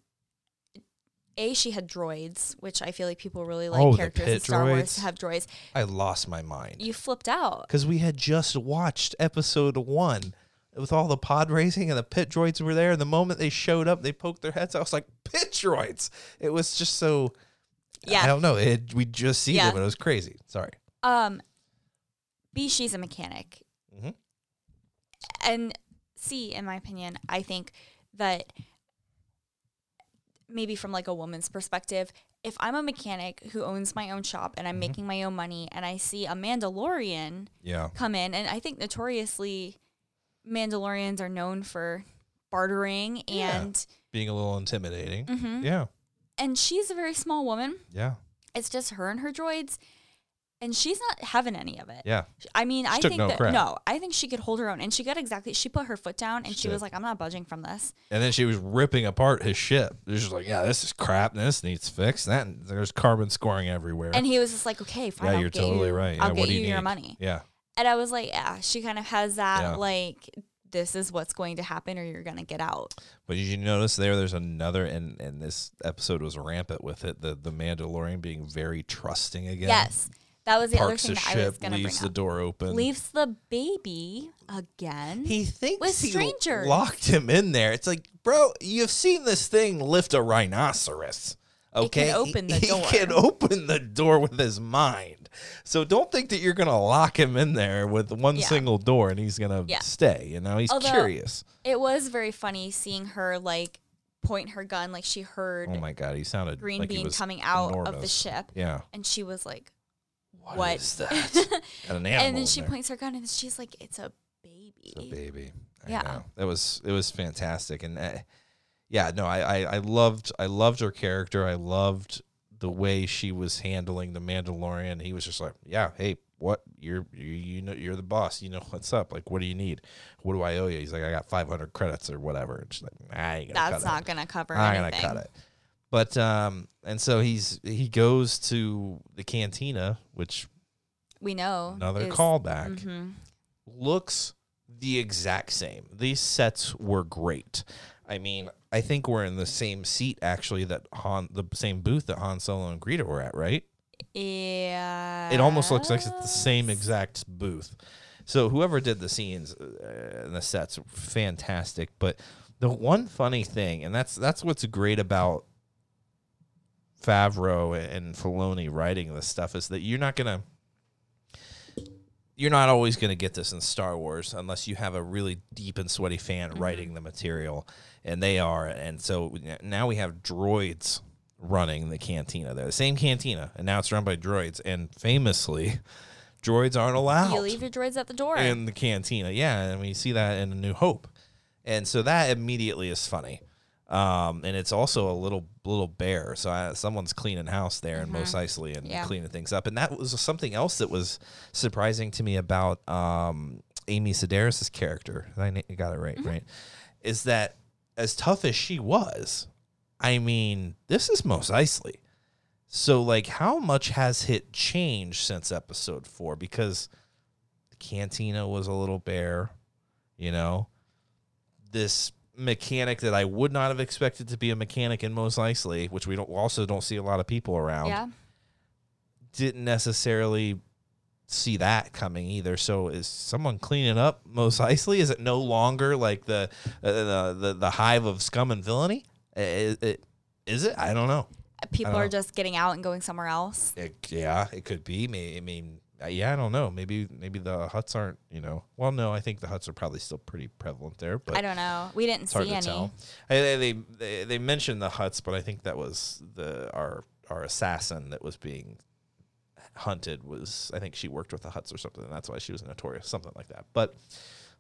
D: a she had droids, which I feel like people really like
C: Oh, the
D: characters in
C: pit
D: Star Wars
C: droids.
D: to have droids.
C: I lost my mind
D: You flipped out.
C: cuz we had just watched episode 1 with all the pod racing and the pit droids were there. And the moment they showed up, they poked their heads. out. I was like, <laughs> pit droids. It was just so. I
D: Yeah.
C: don't know. It, we just see
D: Yeah.
C: them, and it was crazy. Sorry.
D: Um, B, she's a mechanic.
C: Mhm.
D: And C, in my opinion, I think that maybe from like a woman's perspective, if I'm a mechanic who owns my own shop and I'm making my own money and I see a Mandalorian
C: Yeah.
D: come in, and I think notoriously Mandalorians are known for bartering
C: Yeah.
D: and
C: Being a little intimidating.
D: Mhm.
C: Yeah.
D: and she's a very small woman.
C: Yeah.
D: It's just her and her droids. And she's not having any of it.
C: Yeah.
D: I mean, I
C: took
D: think
C: no
D: that
C: crap.
D: no, I think she could hold her own, and she got exactly. She put her foot down, and she,
C: did.
D: was like, "I'm not budging from this."
C: And then she was ripping apart his ship. She was just like, yeah, this is crap. and This needs fixed. That there's carbon scoring everywhere.
D: And he was just like, "Okay, fine.
C: yeah,
D: I'll
C: you're
D: get
C: totally
D: you-
C: right. Yeah,
D: I'll
C: what
D: get
C: do
D: you
C: you
D: your
C: need?
D: money."
C: Yeah.
D: And I was like, "Yeah." She kind of has that
C: Yeah.
D: like, "This is what's going to happen, or you're gonna get out."
C: But did you notice there? There's another, and and this episode was rampant with it. The the Mandalorian being very trusting again.
D: Yes, that was the
C: parks
D: other
C: his
D: thing that I was
C: ship,
D: gonna bring
C: leaves the
D: up.
C: door open.
D: leaves the baby again.
C: He thinks
D: With
C: he
D: strangers.
C: locked him in there. It's like, bro, you've seen this thing lift a rhinoceros. Okay,
D: open the
C: he,
D: door.
C: He can open the door with his mind. So don't think that you're gonna lock him in there with one
D: Yeah.
C: single door and he's gonna
D: Yeah.
C: stay. You know, he's
D: Although-
C: curious.
D: it was very funny seeing her like point her gun, like she heard
C: Oh my god, he sounded
D: green
C: like he
D: bean
C: was
D: coming out of the
C: enormous.
D: ship,
C: Yeah,
D: and she was like, "What?"
C: is
D: <laughs>
C: that? Got an animal.
D: and then
C: in
D: she
C: there.
D: points her gun and she's like it's a baby,
C: It's a baby. I
D: Yeah.
C: know. That was it was fantastic. And I, yeah, no, I, I I loved I loved her character. I loved the way she was handling the Mandalorian. He was just like, yeah, hey, what you're you, you know you're the boss. You know what's up. Like, what do you need? What do I owe you? He's like, I got 500 credits or whatever. And she's like, I ain't gonna
D: that's
C: cut it.
D: not gonna cover
C: I'm gonna
D: anything
C: cut it. But um, and so he's he goes to the cantina, which
D: we know
C: another
D: is-
C: callback
D: Mhm.
C: looks the exact same. These sets were great. I mean, I think we're in the same seat actually that Han, the same booth that Han Solo and Greedo were at, right?
D: yeah
C: It almost looks like it's the same exact booth. So whoever did the scenes uh, and the sets, fantastic. But the one funny thing, and that's that's what's great about Favreau and Filoni writing this stuff, is that you're not gonna you're not always going to get this in Star Wars unless you have a really deep and sweaty fan writing the material, and they are. And so n- now we have droids running the cantina there, the same cantina, and now it's run by droids. And famously, droids aren't allowed
D: you leave your droids at the door
C: in the cantina. Yeah, and we see that in A New Hope, and so that immediately is funny. Um, and it's also a little little bare. So I, someone's cleaning house there in Mos Eisley and
D: Yeah.
C: cleaning things up. And that was something else that was surprising to me about um, Amy Sedaris's character. I na- got it right, right? Is that as tough as she was? I mean, this is Mos Eisley. So like, how much has it changed since episode four? Because cantina was a little bare, you know. This mechanic that I would not have expected to be a mechanic in Mos Eisley, which we don't also don't see a lot of people around,
D: yeah
C: didn't necessarily see that coming either. So is someone cleaning up Mos Eisley? Is it no longer like the uh, the, the the hive of scum and villainy? I- I- Is it? Is it? I don't know.
D: people
C: don't
D: are
C: know.
D: just getting out and going somewhere else
C: It, yeah, it could be. May- I mean, uh, yeah, I don't know. Maybe maybe the huts aren't. You know, well, no, I think the huts are probably still pretty prevalent there. But
D: i don't know we didn't
C: it's
D: see
C: hard to
D: any
C: tell. I, they, they they they mentioned the huts, but I think that was the our our assassin that was being hunted was I think she worked with the huts or something, and that's why she was notorious, something like that. But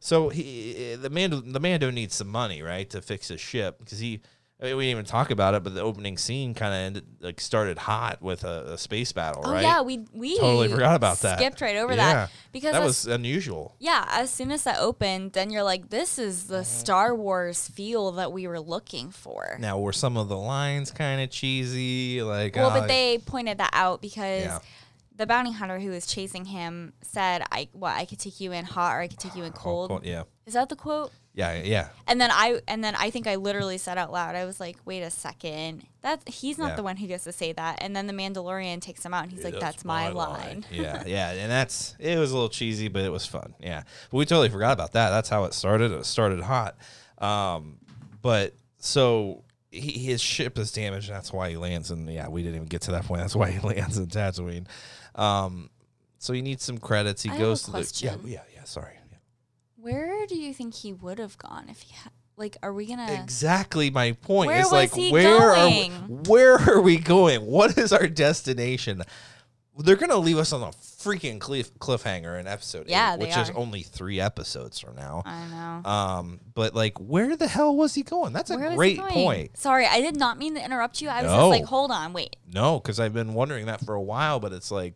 C: so he the Mando the Mando needs some money right to fix his ship because he. I mean, we didn't even talk about it, but the opening scene kind of ended like started hot with a, a space battle,
D: oh
C: right?
D: yeah we we
C: Totally forgot about that.
D: skipped right over
C: Yeah.
D: that because
C: that was
D: as-
C: unusual.
D: yeah, as soon as that opened, then you're like, this is the Star Wars feel that we were looking for.
C: Mm-hmm. Now were some of the lines kind of cheesy, like
D: Well,
C: uh,
D: but they pointed that out because
C: Yeah.
D: the bounty hunter who was chasing him said, "I what I could take you in hot or I could take you in
C: <sighs> oh,
D: cold."
C: cool, yeah,
D: Is that the quote?
C: Yeah, yeah.
D: And then I and then I think I literally said out loud, I was like, "Wait a second, that he's not
C: Yeah.
D: the one who gets to say that." And then the Mandalorian takes him out, and he's like, "That's, my, line."
C: yeah,
D: <laughs>
C: yeah, and that's it was a little cheesy, but it was fun. Yeah, but we totally forgot about that. That's how it started. It started hot, um, but so he, his ship is damaged, and that's why he lands. And yeah, we didn't even get to that point. That's why he <laughs> lands in Tatooine. Um, so he needs some credits. He
D: I have a
C: goes to the yeah,
D: question.
C: yeah, yeah. Sorry. Yeah.
D: Where do you think he would have gone if he ha- like? Are we gonna?
C: Exactly my point.
D: Where
C: It's
D: was
C: like
D: he
C: where
D: going?
C: are we, where are we going? What is our destination? They're gonna leave us on a freaking cliff cliffhanger in episode
D: Yeah,
C: eight,
D: they
C: which is
D: are.
C: only three episodes from now.
D: I know.
C: Um, but like, where the hell was he going? That's
D: Where was
C: a
D: he
C: great
D: going?
C: point.
D: Sorry, I did not mean to interrupt you. I was
C: No.
D: just like, hold on, wait.
C: No, because I've been wondering that for a while, but it's like,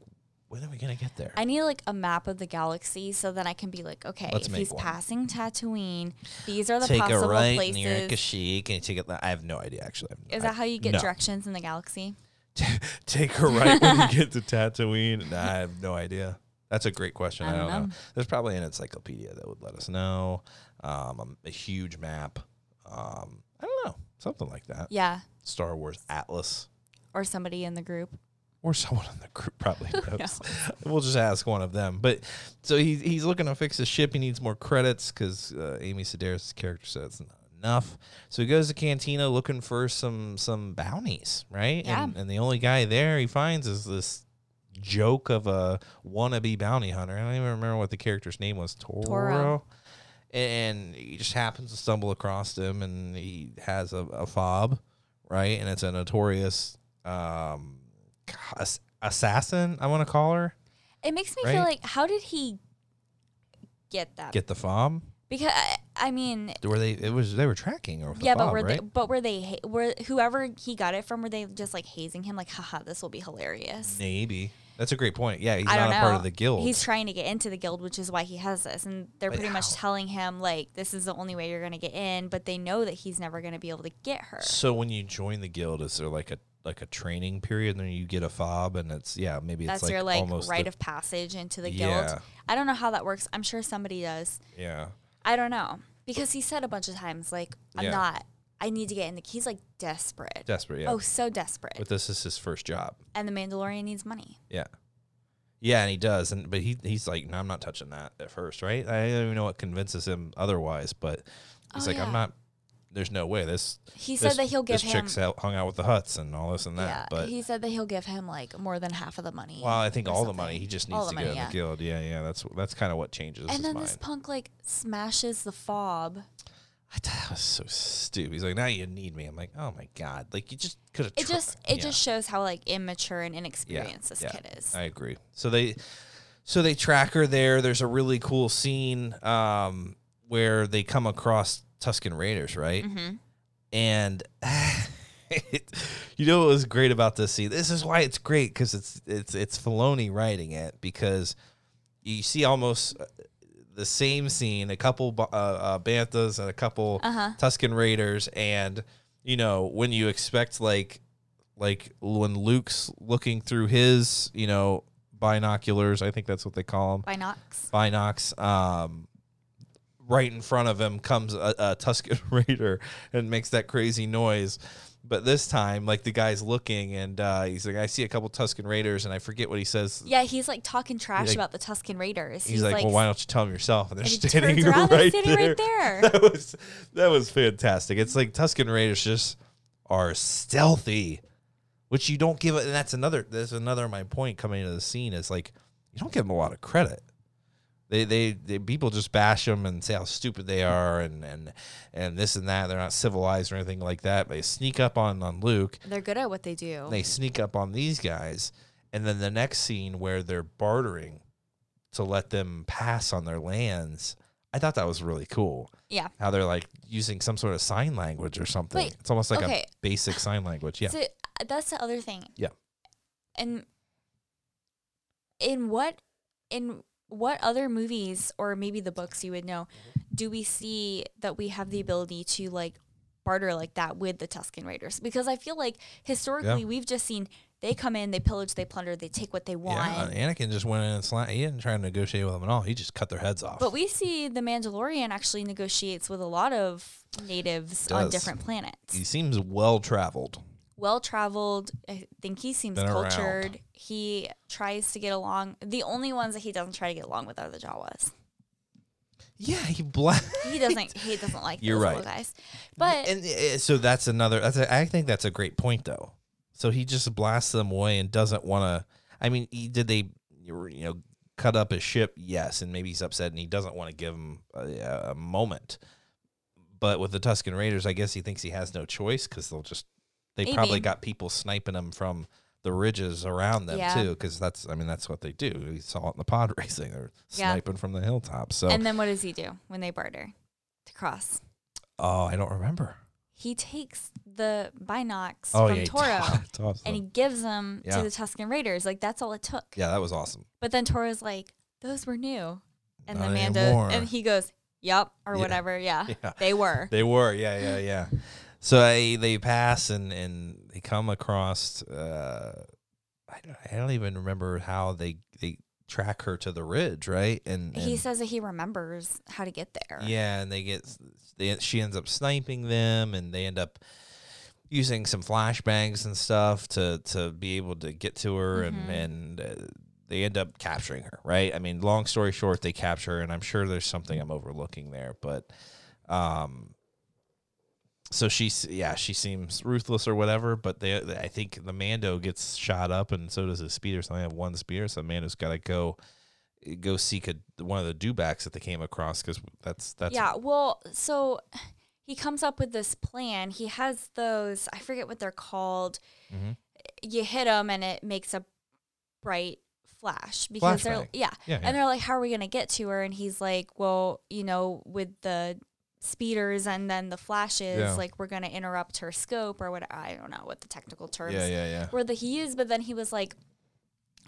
C: when are we gonna get there?
D: I need like a map of the galaxy so then I can be like, okay,
C: Let's
D: if
C: make
D: he's
C: one.
D: passing Tatooine, these are the
C: take a
D: possible
C: right
D: places.
C: near Kashyyyk and take it. le- I have no idea actually. I'm-
D: Is
C: I-
D: that how you get
C: no.
D: directions in the galaxy?
C: take her right when <laughs> we get to Tatooine? Nah, I have no idea. That's a great question. I
D: I
C: don't,
D: don't
C: know.
D: know.
C: There's probably an encyclopedia that would let us know. Um, a huge map. Um, I don't know. Something like that.
D: Yeah.
C: Star Wars Atlas.
D: Or somebody in the group.
C: Or someone in the group <laughs> probably knows. We'll just ask one of them. But so he's he's looking to fix his ship. He needs more credits because uh, Amy Sedaris' character said it's not enough. So he goes to Cantina looking for some some bounties, right?
D: Yeah.
C: And, and the only guy there he finds is this joke of a wannabe bounty hunter. I don't even remember what the character's name was. Toro.
D: Toro.
C: And he just happens to stumble across him, and he has a, a fob, right? And it's a notorious um, ass- assassin. I want to call her.
D: It makes me
C: Right?
D: feel like how did he get that?
C: Get the fob.
D: because I, I mean,
C: Were they? It was they were tracking or the
D: yeah,
C: fob,
D: but were
C: right?
D: they but were they ha- were whoever he got it from were they just like hazing him like haha this will be hilarious.
C: Maybe that's a great point. Yeah, he's
D: I
C: not
D: don't
C: a
D: know.
C: part of the guild.
D: He's trying to get into the guild, which is why he has this. And they're
C: But
D: pretty much
C: how?
D: telling him like this is the only way you're going to get in, but they know that he's never going to be able to get her.
C: so when you join the guild, is there like a like a training period, and then you get a fob, and it's yeah, maybe
D: That's
C: it's like
D: your like
C: almost
D: rite
C: the-
D: of passage into the
C: Yeah.
D: guild. I don't know how that works. I'm sure somebody does.
C: yeah.
D: I don't know because he said a bunch of times like I'm
C: Yeah.
D: not. I need to get in the. He's like desperate.
C: Desperate, yeah.
D: Oh, so desperate.
C: But this is his first job.
D: and the Mandalorian needs money.
C: Yeah. Yeah, and he does, and but he he's like, no, I'm not touching that at first, right? I don't even know what convinces him otherwise, but he's
D: Oh,
C: like,
D: yeah.
C: I'm not. There's no way this.
D: He
C: this-
D: said that he'll give
C: this
D: him.
C: chick's out, hung out with the Huts and all this and that.
D: yeah,
C: but
D: he said that he'll give him like more than half of the money.
C: well, I think
D: or
C: all the
D: something.
C: money he just
D: All
C: needs
D: the
C: to
D: money,
C: get in
D: yeah.
C: the guild. Yeah, yeah, that's that's kind of what changes
D: And
C: his
D: then
C: mind.
D: this punk like smashes the fob.
C: I thought that was so stupid. He's like, now you need me. I'm like, oh my god, like you just could have.
D: It just it just shows how like immature and inexperienced this
C: yeah.
D: kid is.
C: I agree. So they so they track her there. There's a really cool scene um, where they come across Tuscan Raiders, right?
D: Mhm.
C: And <laughs> it, you know what was great about this scene? This is why it's great because it's it's it's Filoni writing it because you see almost uh, the same scene, a couple ba- uh, uh, Banthas and a couple
D: Uh-huh.
C: Tuscan Raiders, and you know when you expect like like when Luke's looking through his, you know, binoculars, I think that's what they call them,
D: By Knox.
C: binocs, um, right in front of him comes a, a Tuscan <laughs> Raider and makes that crazy noise. But this time, like the guy's looking and uh, he's like, I see a couple Tuscan Raiders and I forget what he says.
D: Yeah, he's like talking trash
C: like-
D: about the Tuscan Raiders.
C: He's, like, well, why don't you tell him yourself? And they're
D: and he
C: standing <laughs>
D: turns around, they're
C: right
D: sitting
C: there.
D: right there.
C: <laughs> That was that was fantastic. It's like Tuscan Raiders just are stealthy, which you don't give. And that's another. That's another my point coming into the scene is like you don't give them a lot of credit. They, they, they people just bash them and say how stupid they are and and and this and that. They're not civilized or anything like that. They sneak up on on Luke.
D: They're good at what they do.
C: They sneak up on these guys, and then the next scene where they're bartering to let them pass on their lands. I thought that was really cool
D: yeah.
C: how they're like using some sort of sign language or something.
D: Wait,
C: it's almost like
D: okay.
C: a basic sign language. Yeah.
D: So uh, that's the other thing.
C: Yeah.
D: And in what in what other movies or maybe the books you would know do we see that we have the ability to like barter like that with the Tuscan Raiders? Because I feel like historically we've just seen They come in, they pillage, they plunder, they take what they
C: Yeah,
D: want.
C: Anakin just went in and sla He didn't try to negotiate with them at all. He just cut their heads off.
D: But we see the Mandalorian actually negotiates with a lot of natives on
C: Does.
D: different planets.
C: he seems well traveled.
D: well traveled. I think he seems
C: Been around.
D: cultured. He tries to get along. The only ones that he doesn't try to get along with are the Jawas.
C: Yeah, <laughs> he black. <laughs>
D: He doesn't. he doesn't like
C: You're
D: those little
C: right.
D: guys. But
C: and uh, so that's another. That's a, I think that's a great point though. So he just blasts them away and doesn't want to. I mean, he, did they you know cut up his ship? Yes, and maybe he's upset and he doesn't want to give him a, a moment. But with the Tuscan Raiders, I guess he thinks he has no choice because they'll just. They
D: Maybe.
C: probably got people sniping him from the ridges around them
D: Yeah.
C: too, because that's. I mean, that's what they do. We saw it in the pod <laughs> racing. They're
D: Yeah.
C: sniping from the hilltops. So
D: and then what does he do when they barter to cross?
C: oh, I don't remember.
D: He takes the binocs
C: Oh
D: from
C: yeah, he <laughs>
D: Toro
C: tossed them.
D: and he gives them
C: Yeah.
D: to the Tuscan Raiders. Like that's all it took.
C: yeah, that was awesome.
D: But then Toro's like, "Those were new," and
C: Not
D: then Mando
C: anymore.
D: and he goes, "Yup," or
C: Yeah.
D: whatever. <laughs> Yeah,
C: <laughs> Yeah.
D: they were.
C: They were, yeah, yeah, yeah. So I, they pass and and they come across. Uh, I don't, I don't even remember how they they track her to the ridge, right? And,
D: he
C: and-
D: says that he remembers how to get there.
C: yeah, and they get they, she ends up sniping them, and they end up using some flashbangs and stuff to to be able to get to her, and and. Uh, they end up capturing her, right? I mean, long story short, they capture her, and I'm sure there's something I'm overlooking there, but um so she's yeah she seems ruthless or whatever but they i think the mando gets shot up and so does his speeder so they have one spear so mando's got to go eh, go seek a, one of the dewbacks that they came across because that's that's
D: yeah. Well, so he comes up with this plan. He has those. I forget what they're called.
C: Mhm.
D: You hit them, and it makes a bright flash because they're
C: Flashbang.
D: yeah.
C: yeah, yeah.
D: And they're like, "How are we gonna get to her?" And he's like, "Well, you know, with the speeders and then the flashes,
C: Yeah.
D: like we're gonna interrupt her scope or what? I don't know what the technical terms
C: yeah yeah yeah
D: were that he used." But then he was like,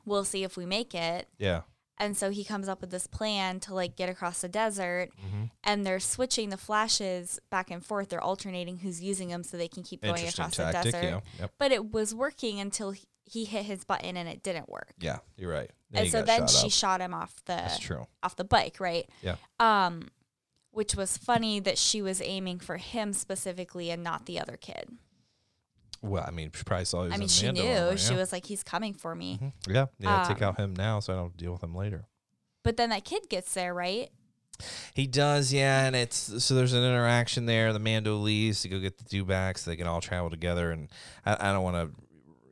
D: "We'll see if we make it."
C: yeah
D: And so he comes up with this plan to like get across the desert,
C: Mhm.
D: and they're switching the flashes back and forth. They're alternating who's using them so they can keep going
C: interesting
D: across
C: tactic
D: the desert.
C: yeah yep
D: But it was working until he, he hit his button and it didn't work.
C: yeah you're right
D: and
C: he
D: so
C: got
D: then
C: shot
D: she
C: up.
D: shot him off
C: that's
D: the
C: true
D: off the bike, right?
C: Yeah.
D: Um, which was funny that she was aiming for him specifically and not the other kid.
C: well i mean she probably saw he was
D: I mean,
C: in
D: she
C: Mando
D: knew
C: armor, yeah.
D: she was like, "He's coming for me."
C: Mhm. yeah yeah take
D: Um,
C: out him now so i don't deal with him later
D: But then that kid gets there, right?
C: He does, yeah, and it's so there's an interaction there. The Mando leaves to go get the Dewbacks. they can all travel together, and I, I don't want to,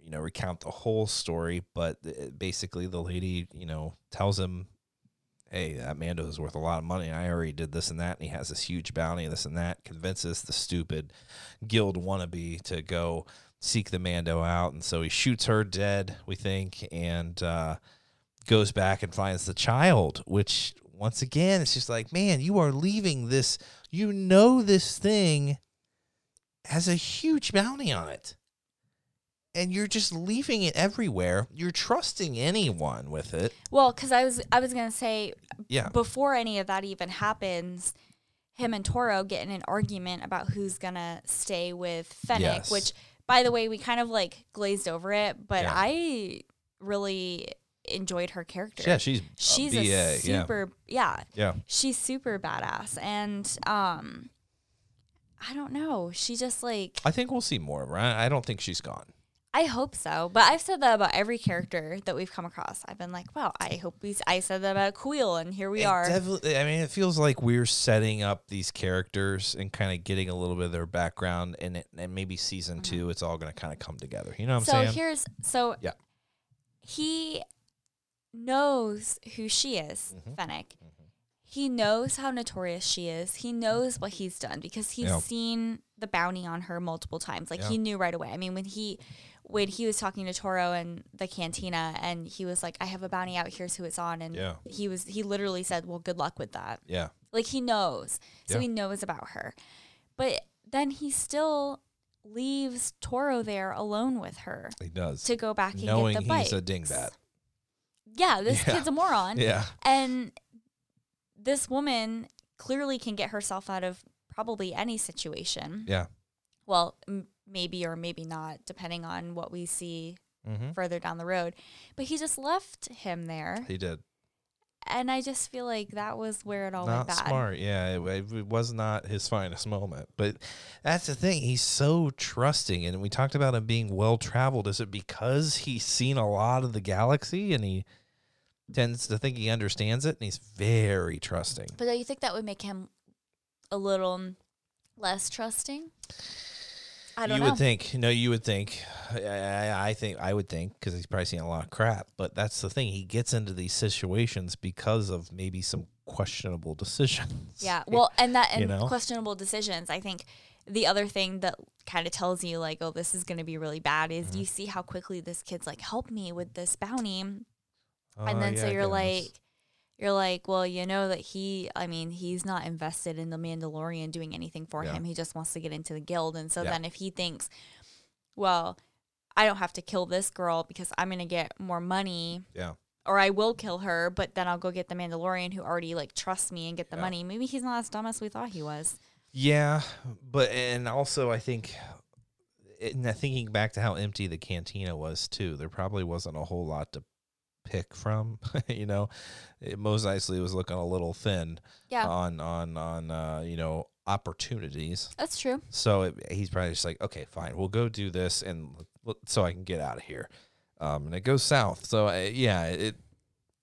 C: you know, recount the whole story, but uh, basically the lady, you know, tells him, "Hey, that Mando is worth a lot of money. and I already did this and that, and he has this huge bounty, and this and that." Convinces the stupid guild wannabe to go seek the Mando out, and so he shoots her dead. We think, and. uh goes back and finds the child, which once again, it's just like, man, you are leaving this. You know, this thing has a huge bounty on it. And you're just leaving it everywhere. You're trusting anyone with it.
D: Well, because I was I was gonna say
C: Yeah.
D: before any of that even happens, him and Toro get in an argument about who's gonna stay with Fennec,
C: Yes.
D: which by the way, we kind of like glazed over it, but
C: Yeah.
D: I really enjoyed her character.
C: Yeah, she's uh,
D: She's
C: a BA.
D: a
C: yeah.
D: super yeah.
C: Yeah.
D: She's super badass. And um I don't know. She just like
C: I think we'll see more of her. I I don't think she's gone.
D: I hope so. But I've said that about every character that we've come across. I've been like, wow, I hope we I said that about Quill and here we
C: It
D: are.
C: definitely- I mean, it feels like we're setting up these characters and kind of getting a little bit of their background, and it, and maybe season two, it's all going to kind of come together. You know what I'm
D: Uh-huh. so
C: saying?
D: here's so
C: Yeah.
D: he knows who she is,
C: Mm-hmm.
D: Fennec. He knows how notorious she is. He knows what he's done because he's
C: Yeah.
D: seen the bounty on her multiple times. Like
C: Yeah.
D: he knew right away. I mean, when he when he was talking to Toro in the cantina and he was like, I have a bounty out, here's who it's on and
C: Yeah.
D: he was he literally said, Well, good luck with that.
C: yeah.
D: Like he knows. So
C: Yeah.
D: he knows about her. But then he still leaves Toro there alone with her
C: He does.
D: to go back and
C: Knowing
D: get the bike.
C: he's a dingbat.
D: Yeah,
C: <laughs>
D: this
C: Yeah.
D: kid's a moron.
C: Yeah.
D: And this woman clearly can get herself out of probably any situation.
C: Yeah.
D: Well, m- maybe or maybe not, depending on what we see
C: Mhm.
D: further down the road. But he just left him there.
C: He did.
D: And I just feel like that was where it all
C: not
D: went bad.
C: smart. Yeah, it, it w- was not his finest moment. But that's the thing. He's so trusting, and we talked about him being well traveled. Is it because he's seen a lot of the galaxy and he tends to think he understands it, and he's very trusting?
D: But do you think that would make him a little mm, less trusting? I don't
C: you
D: know.
C: would think. No, you would think. I, I, I think I would think because he's probably seen a lot of crap. But that's the thing. He gets into these situations because of maybe some questionable decisions.
D: <laughs>
C: <laughs>
D: yeah. Well, and that and
C: You know?
D: questionable decisions. I think the other thing that kind of tells you like, oh, this is going to be really bad is
C: Mm-hmm.
D: you see how quickly this kid's like, help me with this bounty,
C: Oh,
D: and then so
C: yeah, I
D: you're
C: guess.
D: like. You're like, well, you know that he, I mean, he's not invested in the Mandalorian doing anything for
C: Yeah.
D: him. He just wants to get into the guild. And so
C: Yeah.
D: then if he thinks, well, I don't have to kill this girl because I'm going to get more money
C: yeah.
D: or I will kill her, but then I'll go get the Mandalorian who already like trusts me and get the
C: Yeah.
D: money. Maybe he's not as dumb as we thought he was.
C: Yeah, but and also I think, and I- thinking back to how empty the cantina was too, there probably wasn't a whole lot to pick from. <laughs> you know, it, Mos Eisley was looking a little thin
D: Yeah,
C: on on on uh, you know opportunities.
D: that's true.
C: So it, he's probably just like, okay, fine, we'll go do this, and l- so I can get out of here. Um, and it goes south. So I, yeah, it,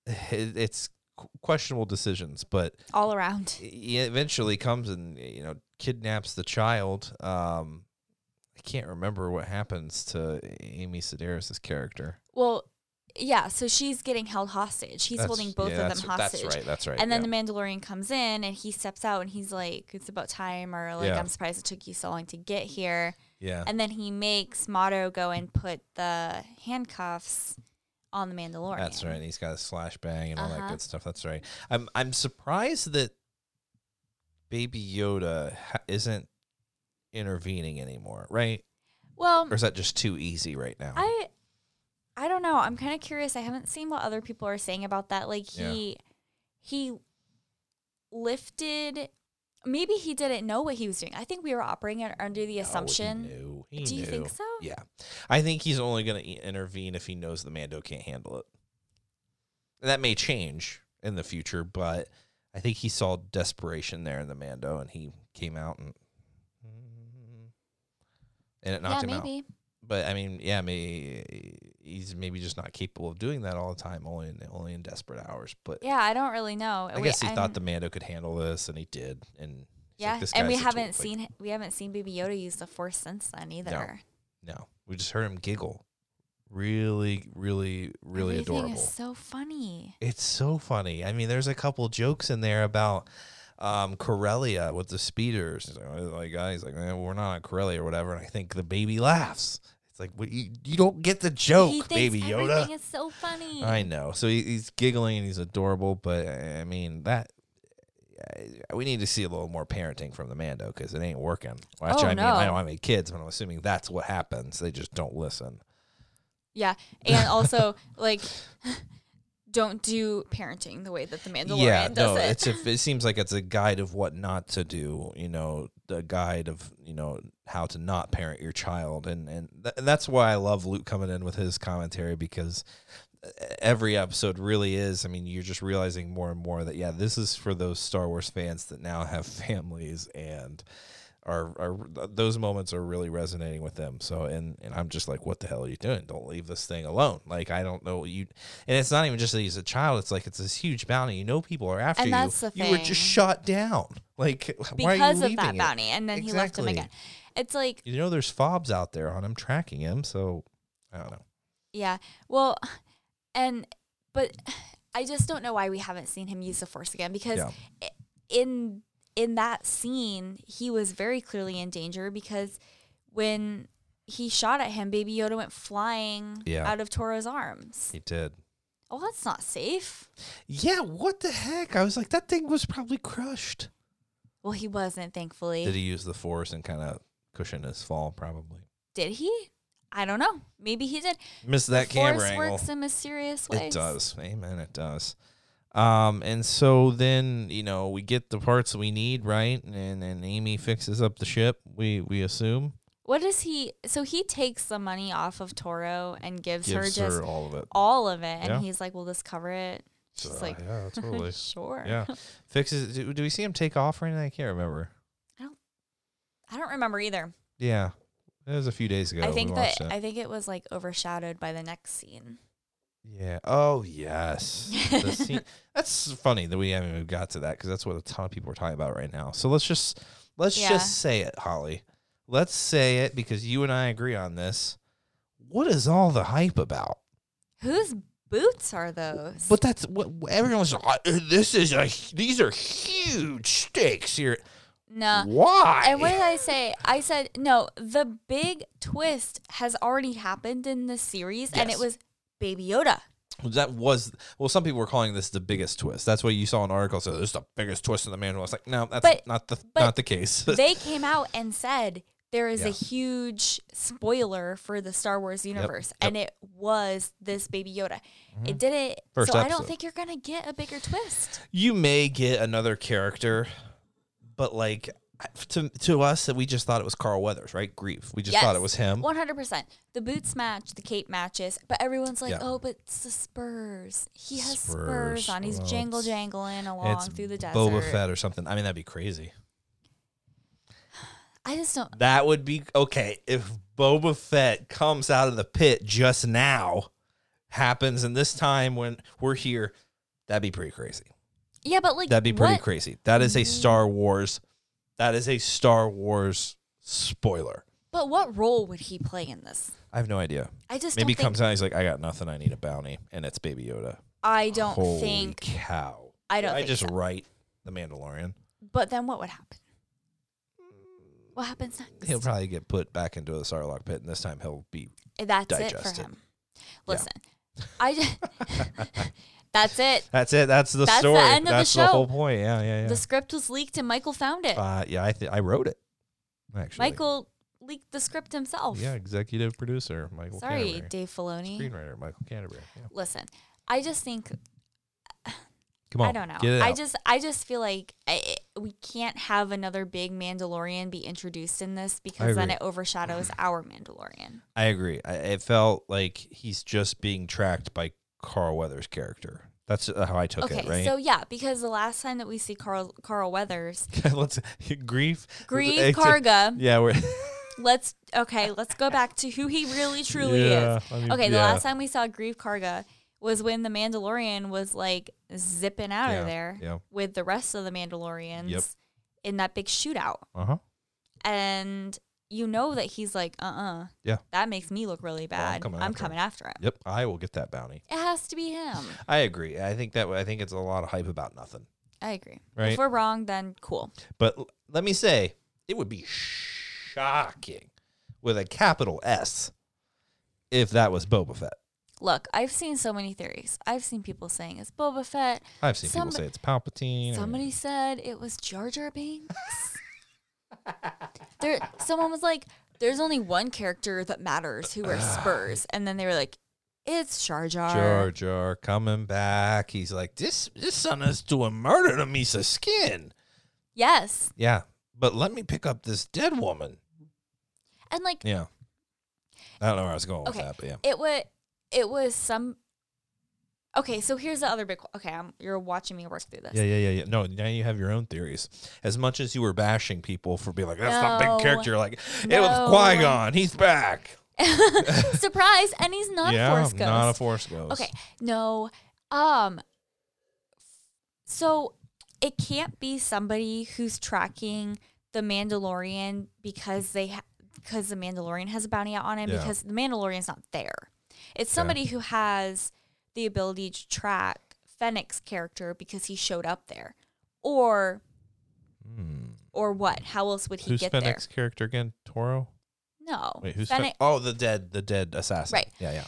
C: it it's qu- questionable decisions, but e-,
D: All around.
C: he eventually comes and you know kidnaps the child. Um, I can't remember what happens to Amy Sedaris's character.
D: Well, yeah, so she's getting held hostage. He's
C: That's-
D: holding both
C: yeah,
D: of
C: that's-
D: them hostage.
C: That's right. That's right.
D: And then
C: yeah.
D: the Mandalorian comes in and he steps out and he's like, It's about time, or like,
C: Yeah.
D: I'm surprised it took you so long to get here.
C: yeah.
D: And then he makes Motto go and put the handcuffs on the Mandalorian.
C: That's right. He's got a slash bang and all that
D: Uh-huh.
C: good stuff. That's right. I'm I'm surprised that Baby Yoda ha- isn't intervening anymore, right?
D: Well,
C: Or is that just too easy right now?
D: Hmm.
C: Oh,
D: I I don't know. I'm kind of curious. I haven't seen what other people are saying about that. Like
C: Yeah.
D: he he lifted maybe he didn't know what he was doing. I think we were operating un- under
C: No,
D: the
C: Oh, he
D: assumption.
C: knew. He
D: Do you think
C: knew.
D: so?
C: Yeah. I think he's only going to intervene if he knows the Mando can't handle it. That may change in the future, but I think he saw desperation there in the Mando and he came out and and it knocked
D: yeah,
C: him out.
D: maybe.
C: But I mean, yeah, may he's maybe just not capable of doing that all the time, only in only in desperate hours. But
D: Yeah, I don't really know.
C: I guess he
D: I'm-
C: thought the Mando could handle this, and he did. And he's like,
D: yeah,
C: "This
D: and we
C: guy's a tool."
D: haven't
C: Like,
D: seen we haven't seen Baby Yoda use the Force since then either.
C: No, we just heard him giggle. Really, really, really
D: Everything
C: adorable.
D: Is so funny.
C: it's so funny. I mean, there's a couple jokes in there about um, Corellia with the speeders. He's like, oh, like guys, like eh, we're not on Corellia or whatever. And I think the baby laughs. It's like what, you, you don't get the joke,
D: he thinks
C: baby Yoda.
D: Everything is so funny.
C: I know. So he, he's giggling and he's adorable, but I I mean that. I- We need to see a little more parenting from the Mando because it ain't working. Well, actually,
D: Oh,
C: I mean, I
D: no.
C: don't have any kids, but I'm assuming that's what happens. They just don't listen.
D: Yeah,
C: <laughs>
D: and also like, <laughs> don't do parenting the way that the Mandalorian
C: yeah, no,
D: does it.
C: it's a, it seems like it's a guide of what not to do. You know, the guide of you know how to not parent your child, and and th- that's why I love Luke coming in with his commentary because uh, every episode really is. I mean, you're just realizing more and more that yeah, this is for those Star Wars fans that now have <laughs> families and are are th- those moments are really resonating with them. So and and I'm just like, what the hell are you doing? Don't leave this thing alone. Like I don't know you. And it's not even just that he's a child. It's like it's this huge bounty. You know, people are after
D: And
C: you.
D: that's the
C: you were just
D: thing.
C: shot down. Like why are
D: because
C: you
D: of that
C: leaving it?
D: bounty, and then he left him
C: Exactly.
D: again. It's like,
C: You know, there's fobs out there on him tracking him. So I don't know.
D: yeah, well, and but I just don't know why we haven't seen him use the Force again because
C: Yeah.
D: i- in in that scene he was very clearly in danger because when he shot at him, Baby Yoda went flying
C: Yeah.
D: out of Toro's arms.
C: He did.
D: Oh, that's not safe.
C: Yeah, what the heck? I was like, that thing was probably crushed.
D: Well, he wasn't, thankfully.
C: Did he use the force and kind of cushion his fall? Probably
D: Did he? I don't know. Maybe he did.
C: missed that
D: the
C: camera
D: Force
C: angle.
D: works in mysterious ways.
C: It does, amen. It does. Um, and so then you know we get the parts we need, right? And and Amy fixes up the ship. We we assume
D: What does he? So he takes the money off of Toro and gives, her
C: Gives
D: just
C: her all of it.
D: all of it, and
C: Yeah.
D: he's like, "Will this cover it?" She's
C: So,
D: like, <laughs>
C: yeah, totally.
D: "Sure."
C: yeah. Fixes. Do, do we see him take off or anything? I can't remember.
D: I don't remember either.
C: Yeah. It was a few days ago.
D: I
C: we
D: think that
C: watched it.
D: I think it was like overshadowed by the next scene.
C: Yeah. Oh yes. The
D: <laughs>
C: scene- that's funny that we haven't even got to that because that's what a ton of people are talking about right now. So let's just let's
D: Yeah.
C: just say it, Holly. Let's say it because you and I agree on this. What is all the hype about?
D: Whose boots are those?
C: But that's what everyone's like. "Uh, This is a these are huge stakes here.
D: no.
C: Why?
D: Uh, And what did I say? I said no. The big twist has already happened in the series, and it
C: Yes.
D: was Baby Yoda.
C: that was well. Some people were calling this the biggest twist. That's why you saw an article. So this is the biggest twist in the manual. It's like no, that's
D: But-
C: not the
D: but
C: not the case. <laughs>
D: they came out and said there is
C: Yeah.
D: a huge spoiler for the Star Wars universe, and it was this Baby Yoda. It didn't.
C: Mm-hmm. First
D: so I
C: episode.
D: don't think you're gonna get a bigger twist.
C: you may get another character, but like to to us that we just thought it was Carl Weathers, right? Grief. We just thought it was him.
D: One hundred percent. The boots match. The cape matches. But everyone's like,
C: Yeah.
D: "Oh, but it's the Spurs. He has
C: Spurs.
D: Spurs, on. He's
C: Well,
D: jangle
C: it's-
D: jangling along
C: it's
D: through the desert."
C: Boba Fett or something. I mean, that'd be crazy.
D: I just don't.
C: That would be okay if Boba Fett comes out of the pit just now, happens, and this time when we're here, that'd be pretty crazy.
D: Yeah, but like
C: That'd be pretty
D: what- Mhm.
C: crazy. That is a Star Wars. That is a Star Wars spoiler.
D: But what role would he play in this?
C: I have no idea.
D: I just
C: Maybe he
D: don't think,
C: comes out. He's like, I got nothing. I need a bounty, and it's Baby Yoda.
D: I don't
C: Holy
D: think.
C: cow.
D: I don't
C: I
D: think
C: just
D: so.
C: write The Mandalorian.
D: But then what would happen? What happens next?
C: He'll probably get put back into the Sarlacc pit, and this time he'll be.
D: That's it
C: digest
D: for
C: it.
D: him. Listen, I just. <laughs> that's it.
C: That's it. That's the
D: That's the
C: story.
D: end of the
C: That's
D: show.
C: whole point. Yeah, yeah, yeah.
D: The script was leaked and Michael found it.
C: uh, yeah, I th- I wrote it. Actually,
D: Michael leaked the script himself.
C: Yeah, executive producer Michael.
D: Sorry,
C: Canterbury.
D: Dave Filoni.
C: Screenwriter Michael Canterbury. Yeah.
D: Listen, I just think
C: Come on.
D: I don't know.
C: Get it
D: I
C: out.
D: just I just feel like I, we can't have another big Mandalorian be introduced in this because then
C: agree.
D: it
C: <clears throat>
D: overshadows our Mandalorian.
C: I agree. I, it felt like he's just being tracked by Carl Weathers' character. That's uh, how I took
D: Okay,
C: it. Right.
D: so yeah, because the last time that we see Carl Carl Weathers,
C: <laughs> let's grief. <laughs>
D: Grieve
C: it's- <laughs>
D: Karga.
C: Yeah, we're.
D: Let's okay, let's go back to who he really truly
C: Yeah,
D: is.
C: I mean,
D: okay, the
C: yeah.
D: last time we saw Grieve Karga was when the Mandalorian was like zipping out
C: Yeah,
D: of there
C: yeah.
D: with the rest of the Mandalorians in that big shootout.
C: Uh huh.
D: and you know that he's like, uh, uh
C: Yeah.
D: that makes me look really
C: I'm
D: bad. I'm
C: coming
D: coming,
C: after him."
D: after him.
C: Yep. I will get that bounty.
D: It has to
C: <sighs>
D: be him.
C: I agree. I think that I think it's a lot of hype about nothing.
D: I agree.
C: Right.
D: If we're wrong, then cool.
C: But l- let me say, it would be shocking with a capital S if that was Boba Fett.
D: Look, I've seen so many theories. I've seen people saying it's Boba Fett.
C: I've seen
D: Somebo-
C: people say it's Palpatine. or-
D: Somebody said it was Jar Jar
C: <laughs>
D: Binks. there, someone was like, "There's only one character that matters
C: <sighs>
D: who wears spurs," and then they were like, "It's Jar Jar."
C: Jar Jar coming back. He's like, this this son is doing murder to me, so skin.
D: Yes,
C: Yeah, but let me pick up this dead woman.
D: and like
C: Yeah, I don't know where I was going
D: Okay.
C: with that, but yeah,
D: It was it was some Okay, so here's the other big qu- Okay, I'm, you're watching me work through this.
C: yeah, yeah, yeah, yeah. No, now you have your own theories. As much as you were bashing people for being like, that's not
D: No.
C: big character. Like it was
D: No.
C: Qui Gon. He's back.
D: <laughs> Surprise, and he's
C: <laughs>
D: not
C: yeah,
D: a force ghost.
C: not a force ghost.
D: okay, no. Um so it can't be somebody who's tracking the Mandalorian because they ha- because the Mandalorian has a bounty out on him
C: Yeah.
D: because the Mandalorian's not there. It's somebody who has the ability to track Fennec's character because he showed up there. Or or what? How else would he
C: Hmm. Who's
D: get
C: Fennec's character again? Toro.
D: there? No.
C: Wait, who's
D: Fennec
C: Fennec? Oh, the dead, the dead assassin.
D: Right.
C: Yeah, yeah.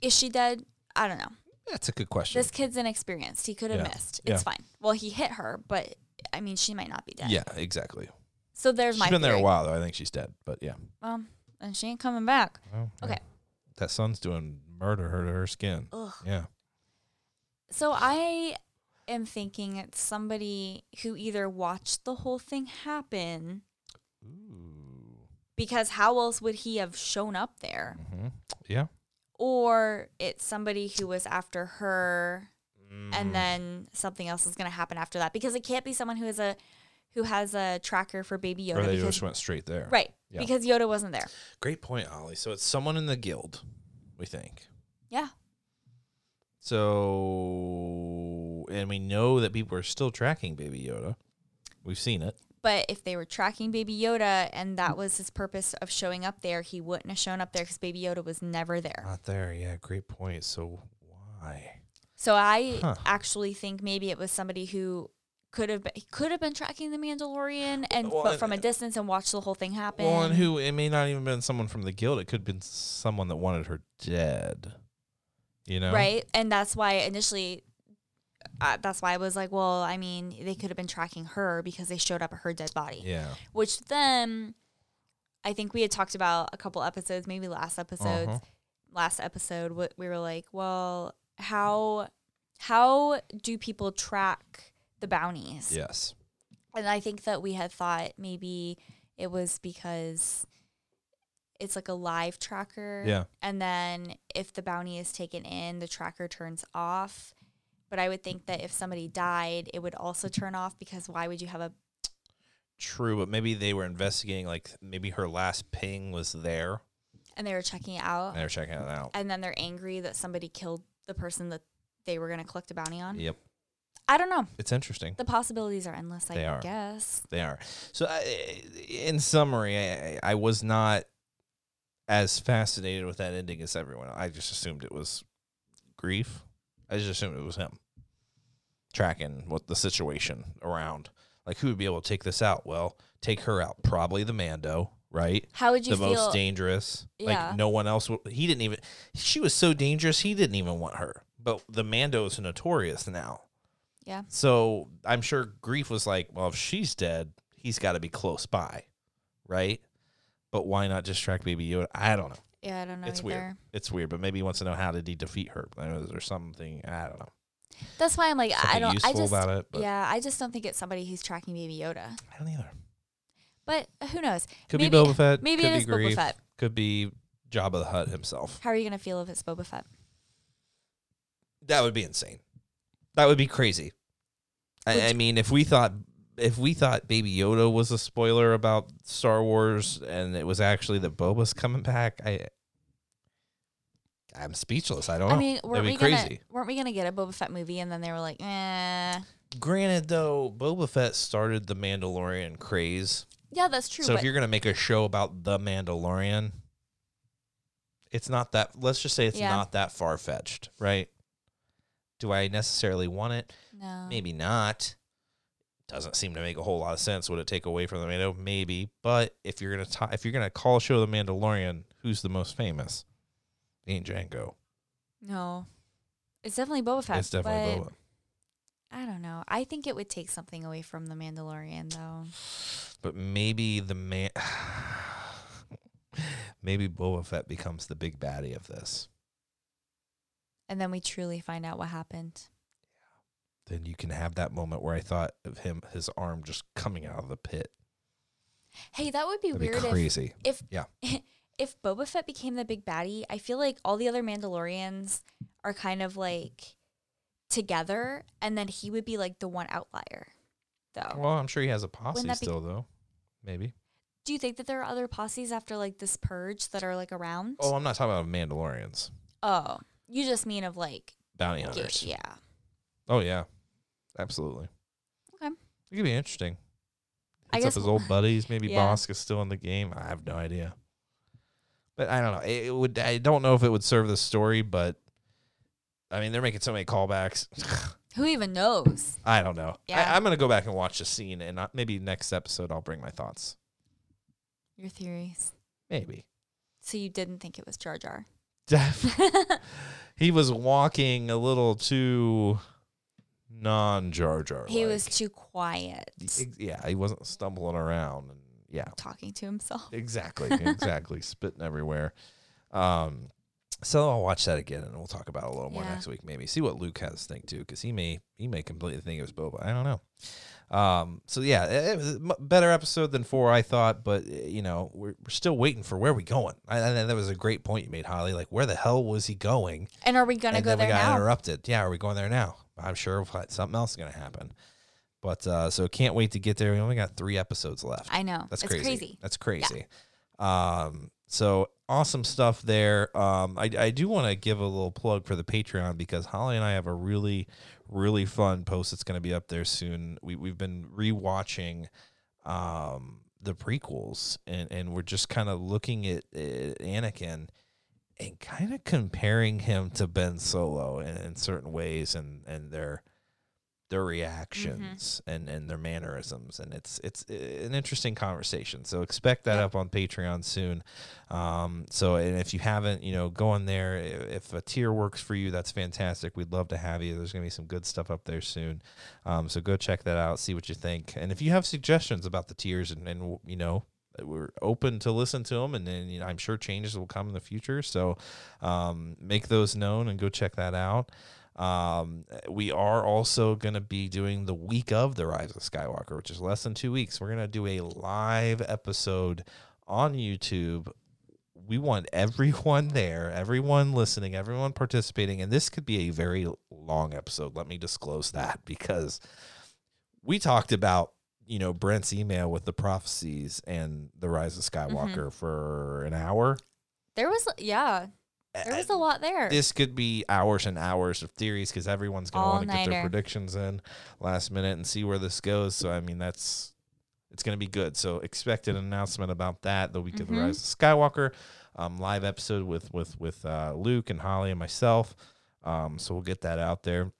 D: is she dead? I don't know.
C: That's a good question.
D: This kid's inexperienced. He could have
C: Yeah.
D: missed. It's
C: Yeah.
D: fine. Well, he hit her, but I mean, she might not be dead.
C: yeah, exactly.
D: So there's
C: She's
D: my.
C: been there a
D: theory.
C: while though. I think she's dead, but yeah.
D: Well, and she ain't coming back. Okay.
C: That son's doing murder her to her skin.
D: Ugh.
C: Yeah.
D: So I am thinking it's somebody who either watched the whole thing happen because how else would he have shown up there?
C: Mm-hmm. Yeah.
D: Or it's somebody who was after her
C: Mm.
D: and then something else is going to happen after that because it can't be someone who is a who has a tracker for baby Yoda
C: Or they
D: because,
C: just went straight there.
D: right
C: Yeah.
D: because Yoda wasn't there.
C: Great point, Ollie. So it's someone in the guild, we think.
D: Yeah.
C: So, and we know that people are still tracking Baby Yoda. We've seen it.
D: But if they were tracking Baby Yoda and that was his purpose of showing up there, he wouldn't have shown up there because Baby Yoda was never there.
C: Not there. Yeah. Great point. So why?
D: So I
C: Huh.
D: actually think maybe it was somebody who could have been, could have been tracking the Mandalorian and
C: Well,
D: but
C: and-
D: from a distance and watched the whole thing happen.
C: Well, and who? It may not even been someone from the guild. It could have been someone that wanted her dead. You know?
D: right? And that's why initially, uh, that's why I was like, well, I mean, they could have been tracking her because they showed up at her dead body.
C: Yeah.
D: Which then, I think we had talked about a couple episodes, maybe last episodes.
C: Uh-huh.
D: Last episode, what we were like, well, how how do people track the bounties?
C: Yes.
D: And I think that we had thought maybe it was because it's like a live tracker.
C: Yeah.
D: And then if the bounty is taken in, the tracker turns off. But I would think that if somebody died, it would also turn off because why would you have a
C: True, but maybe they were investigating. Like maybe her last ping was there.
D: and they were checking it out
C: And they were checking it out.
D: and then they're angry that somebody killed the person that they were going to collect a bounty on.
C: Yep.
D: I don't know.
C: It's interesting.
D: The possibilities are endless, I
C: They are.
D: guess.
C: They are. So, I, in summary, I, I was not as fascinated with that ending as everyone. I just assumed it was grief. I just assumed it was him tracking what the situation around. Like, who would be able to take this out? Well, take her out. Probably the Mando, right?
D: How would you
C: The
D: feel?
C: most dangerous.
D: Yeah.
C: Like, no one else. Would, he didn't even. She was so dangerous, he didn't even want her. But the Mando is notorious now.
D: yeah.
C: So I'm sure grief was like, well, if she's dead, he's got to be close by, right? But why not just track Baby Yoda? I don't know.
D: Yeah, I don't know
C: it's
D: either.
C: weird. It's weird, but maybe he wants to know how did he defeat her? I know There's something I don't know.
D: That's why I'm like I
C: Something
D: don't I
C: useful
D: just
C: about it, but-
D: yeah I just don't think it's somebody who's tracking Baby Yoda.
C: I don't either.
D: But uh, who knows?
C: Could
D: maybe,
C: be Boba Fett.
D: Maybe
C: could
D: it
C: be
D: is Boba
C: grief,
D: Fett.
C: Could be Jabba the Hutt himself.
D: How are you gonna feel if it's Boba Fett?
C: That would be insane. That would be crazy.
D: Would
C: I, I mean, if we thought if we thought Baby Yoda was a spoiler about Star Wars and it was actually that Boba's coming back, I I'm speechless. I don't
D: I
C: know.
D: mean, weren't
C: Oh, That'd
D: we
C: be crazy.
D: gonna weren't we gonna get a Boba Fett movie and then they were like, eh,
C: Granted though, Boba Fett started the Mandalorian craze.
D: yeah, that's true.
C: so if
D: but
C: you're gonna make a show about the Mandalorian, it's not that let's just say it's
D: Yeah.
C: not that far fetched, right? Do I necessarily want it?
D: no,
C: Maybe not. Doesn't seem to make a whole lot of sense. Would it take away from the Mando? Maybe, but if you're gonna t- if you're gonna call a show the Mandalorian, who's the most famous? It ain't Jango.
D: no, it's definitely Boba Fett.
C: It's definitely
D: but
C: Boba.
D: I don't know. I think it would take something away from the Mandalorian though.
C: But maybe the man. <sighs> maybe Boba Fett becomes the big baddie of this.
D: And then we truly find out what happened.
C: Then you can have that moment where I thought of him, his arm just coming out of the pit.
D: Hey, that would be
C: That'd
D: weird
C: be
D: if
C: crazy.
D: if
C: Yeah.
D: <laughs> if Boba Fett became the big baddie, I feel like all the other Mandalorians are kind of like together, and then he would be like the one outlier, though.
C: Well, I'm sure he has a posse
D: Oh. that be-
C: still, though. Maybe.
D: Do you think that there are other posses after like this purge that are like around?
C: Oh, I'm not talking about Mandalorians,
D: Oh, you just mean of like
C: bounty
D: yeah,
C: hunters.
D: yeah.
C: Oh yeah, absolutely.
D: Okay.
C: it could be interesting.
D: I
C: Hits
D: guess
C: up his
D: we'll- <laughs>
C: old buddies. Maybe
D: Yeah.
C: Bosk is still in the game. I have no idea. But I don't know. It, it would. I don't know if it would serve the story, but I mean, they're making so many callbacks. <laughs>
D: Who even knows?
C: I don't know.
D: Yeah.
C: I, I'm gonna go back and watch the scene, and I, maybe next episode I'll bring my thoughts.
D: Your theories.
C: Maybe. <laughs>
D: So you didn't think it was Jar Jar? <laughs>
C: Def- he was walking a little too non Jar Jar.
D: He was too quiet,
C: Yeah, he wasn't stumbling around, and yeah.
D: talking to himself.
C: Exactly,
D: <laughs>
C: exactly. Spitting everywhere. Um, so I'll watch that again, and we'll talk about it a little more
D: Yeah.
C: next week. Maybe see what Luke has to think too, because he may he may completely think it was Boba. I don't know. Um, so yeah, it, it was a mu- better episode than four, I thought, but eh, you know, we're, we're still waiting for where we going. I, I, that was a great point you made, Holly. Like, where the hell was he going?
D: And are we gonna
C: and
D: go
C: then
D: there
C: we got
D: now?
C: interrupted. Yeah, are we going there now? I'm sure we'll- something else is going to happen. But uh, so can't wait to get there. We only got three episodes left.
D: I know.
C: That's
D: it's
C: crazy.
D: crazy.
C: That's crazy. Um, so awesome stuff there. Um, I, I do want to give a little plug for the Patreon because Holly and I have a really, really fun post that's going to be up there soon. We, we've been rewatching um, the prequels and, and we're just kind of looking at, at Anakin and kind of comparing him to Ben Solo in, in certain ways and, and their their reactions and, and their mannerisms and it's it's uh, an interesting conversation so expect that up on patreon soon um, so and if you haven't you know go on there I- if a tier works for you that's fantastic we'd love to have you there's going to be some good stuff up there soon um, so go check that out see what you think and if you have suggestions about the tiers and, and you know we're open to listen to them and then you know, i'm sure changes will come in the future so um, make those known and go check that out um, we are also going to be doing the week of The Rise of Skywalker, which is less than two weeks. We're going to do a live episode on YouTube. We want everyone there, everyone listening, everyone participating. And this could be a very long episode. Let me disclose that because we talked about, you know, Brent's email with the prophecies and The Rise of
D: Mm-hmm.
C: Skywalker for an hour.
D: There was yeah, there was a lot there.
C: This could be hours and hours of theories because everyone's going to want to get their
D: All-nighter.
C: predictions in last minute and see where this goes. So I mean, that's it's going to be good. So expect an announcement about that the week of the
D: Mhm.
C: Rise of Skywalker, um, live episode with with with uh, Luke and Holly and myself. Um, so we'll get that out there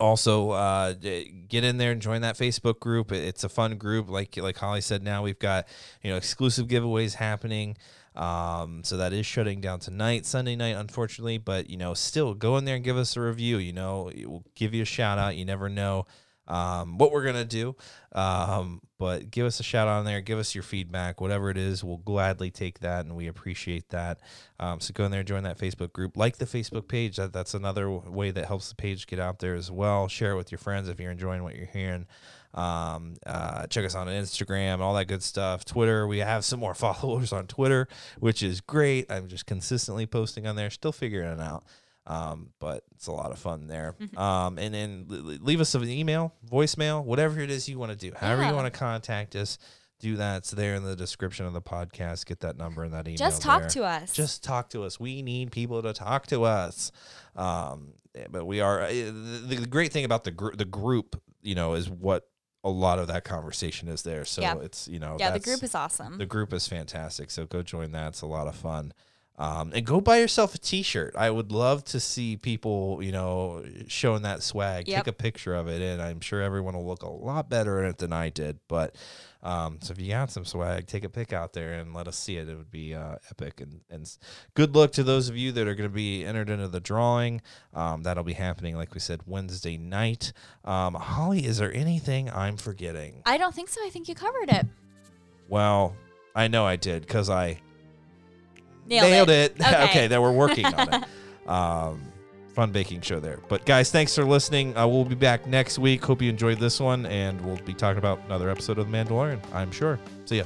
C: also uh, d- get in there and join that facebook group It- it's a fun group like like holly said now we've got you know exclusive giveaways happening um, so that is shutting down tonight sunday night unfortunately but you know still go in there and give us a review you know we'll give you a shout out you never know um, what we're gonna do um, but give us a shout out on there give us your feedback whatever it is we'll gladly take that and we appreciate that um, so go in there, join that Facebook group, like the Facebook page. That that's another w- way that helps the page get out there as well. Share it with your friends if you're enjoying what you're hearing. Um, uh, check us on Instagram, all that good stuff. Twitter, we have some more <laughs> followers on Twitter, which is great. I'm just consistently posting on there, still figuring it out. Um, but it's a lot of fun there.
D: Mm-hmm.
C: Um, and then l- l- leave us an email, voicemail, whatever it is you want to do, however
D: Yeah.
C: you want to contact us. Do that. It's there in the description of the podcast. Get that number and that email.
D: Just talk
C: there
D: to us.
C: just talk to us. We need people to talk to us. Um, but we are uh, the, the great thing about the gr- the group, you know, is what a lot of that conversation is there. So
D: Yeah.
C: it's you know,
D: yeah, the
C: oh, that's-
D: group is awesome.
C: the group is fantastic. So go join that. It's a lot of fun. Um, and go buy yourself a T-shirt. I would love to see people, you know, showing that swag.
D: Yep.
C: Take a picture of it, and I'm sure everyone will look a lot better in it than I did. But um, so if you got some swag, take a pic out there and let us see it. It would be uh, epic. And and s- good luck to those of you that are going to be entered into the drawing. Um, that'll be happening, like we said, Wednesday night. Um, Holly, is there anything I'm forgetting?
D: I don't think so. I think you covered it.
C: Well, I know I did because I
D: Nailed,
C: it. <laughs> Okay.
D: Okay.
C: then we're working on
D: <laughs>
C: it. Um, fun baking show there. But guys, thanks for listening. Uh, we'll be back next week. Hope you enjoyed this one, and we'll be talking about another episode of The Mandalorian. I'm sure. See ya.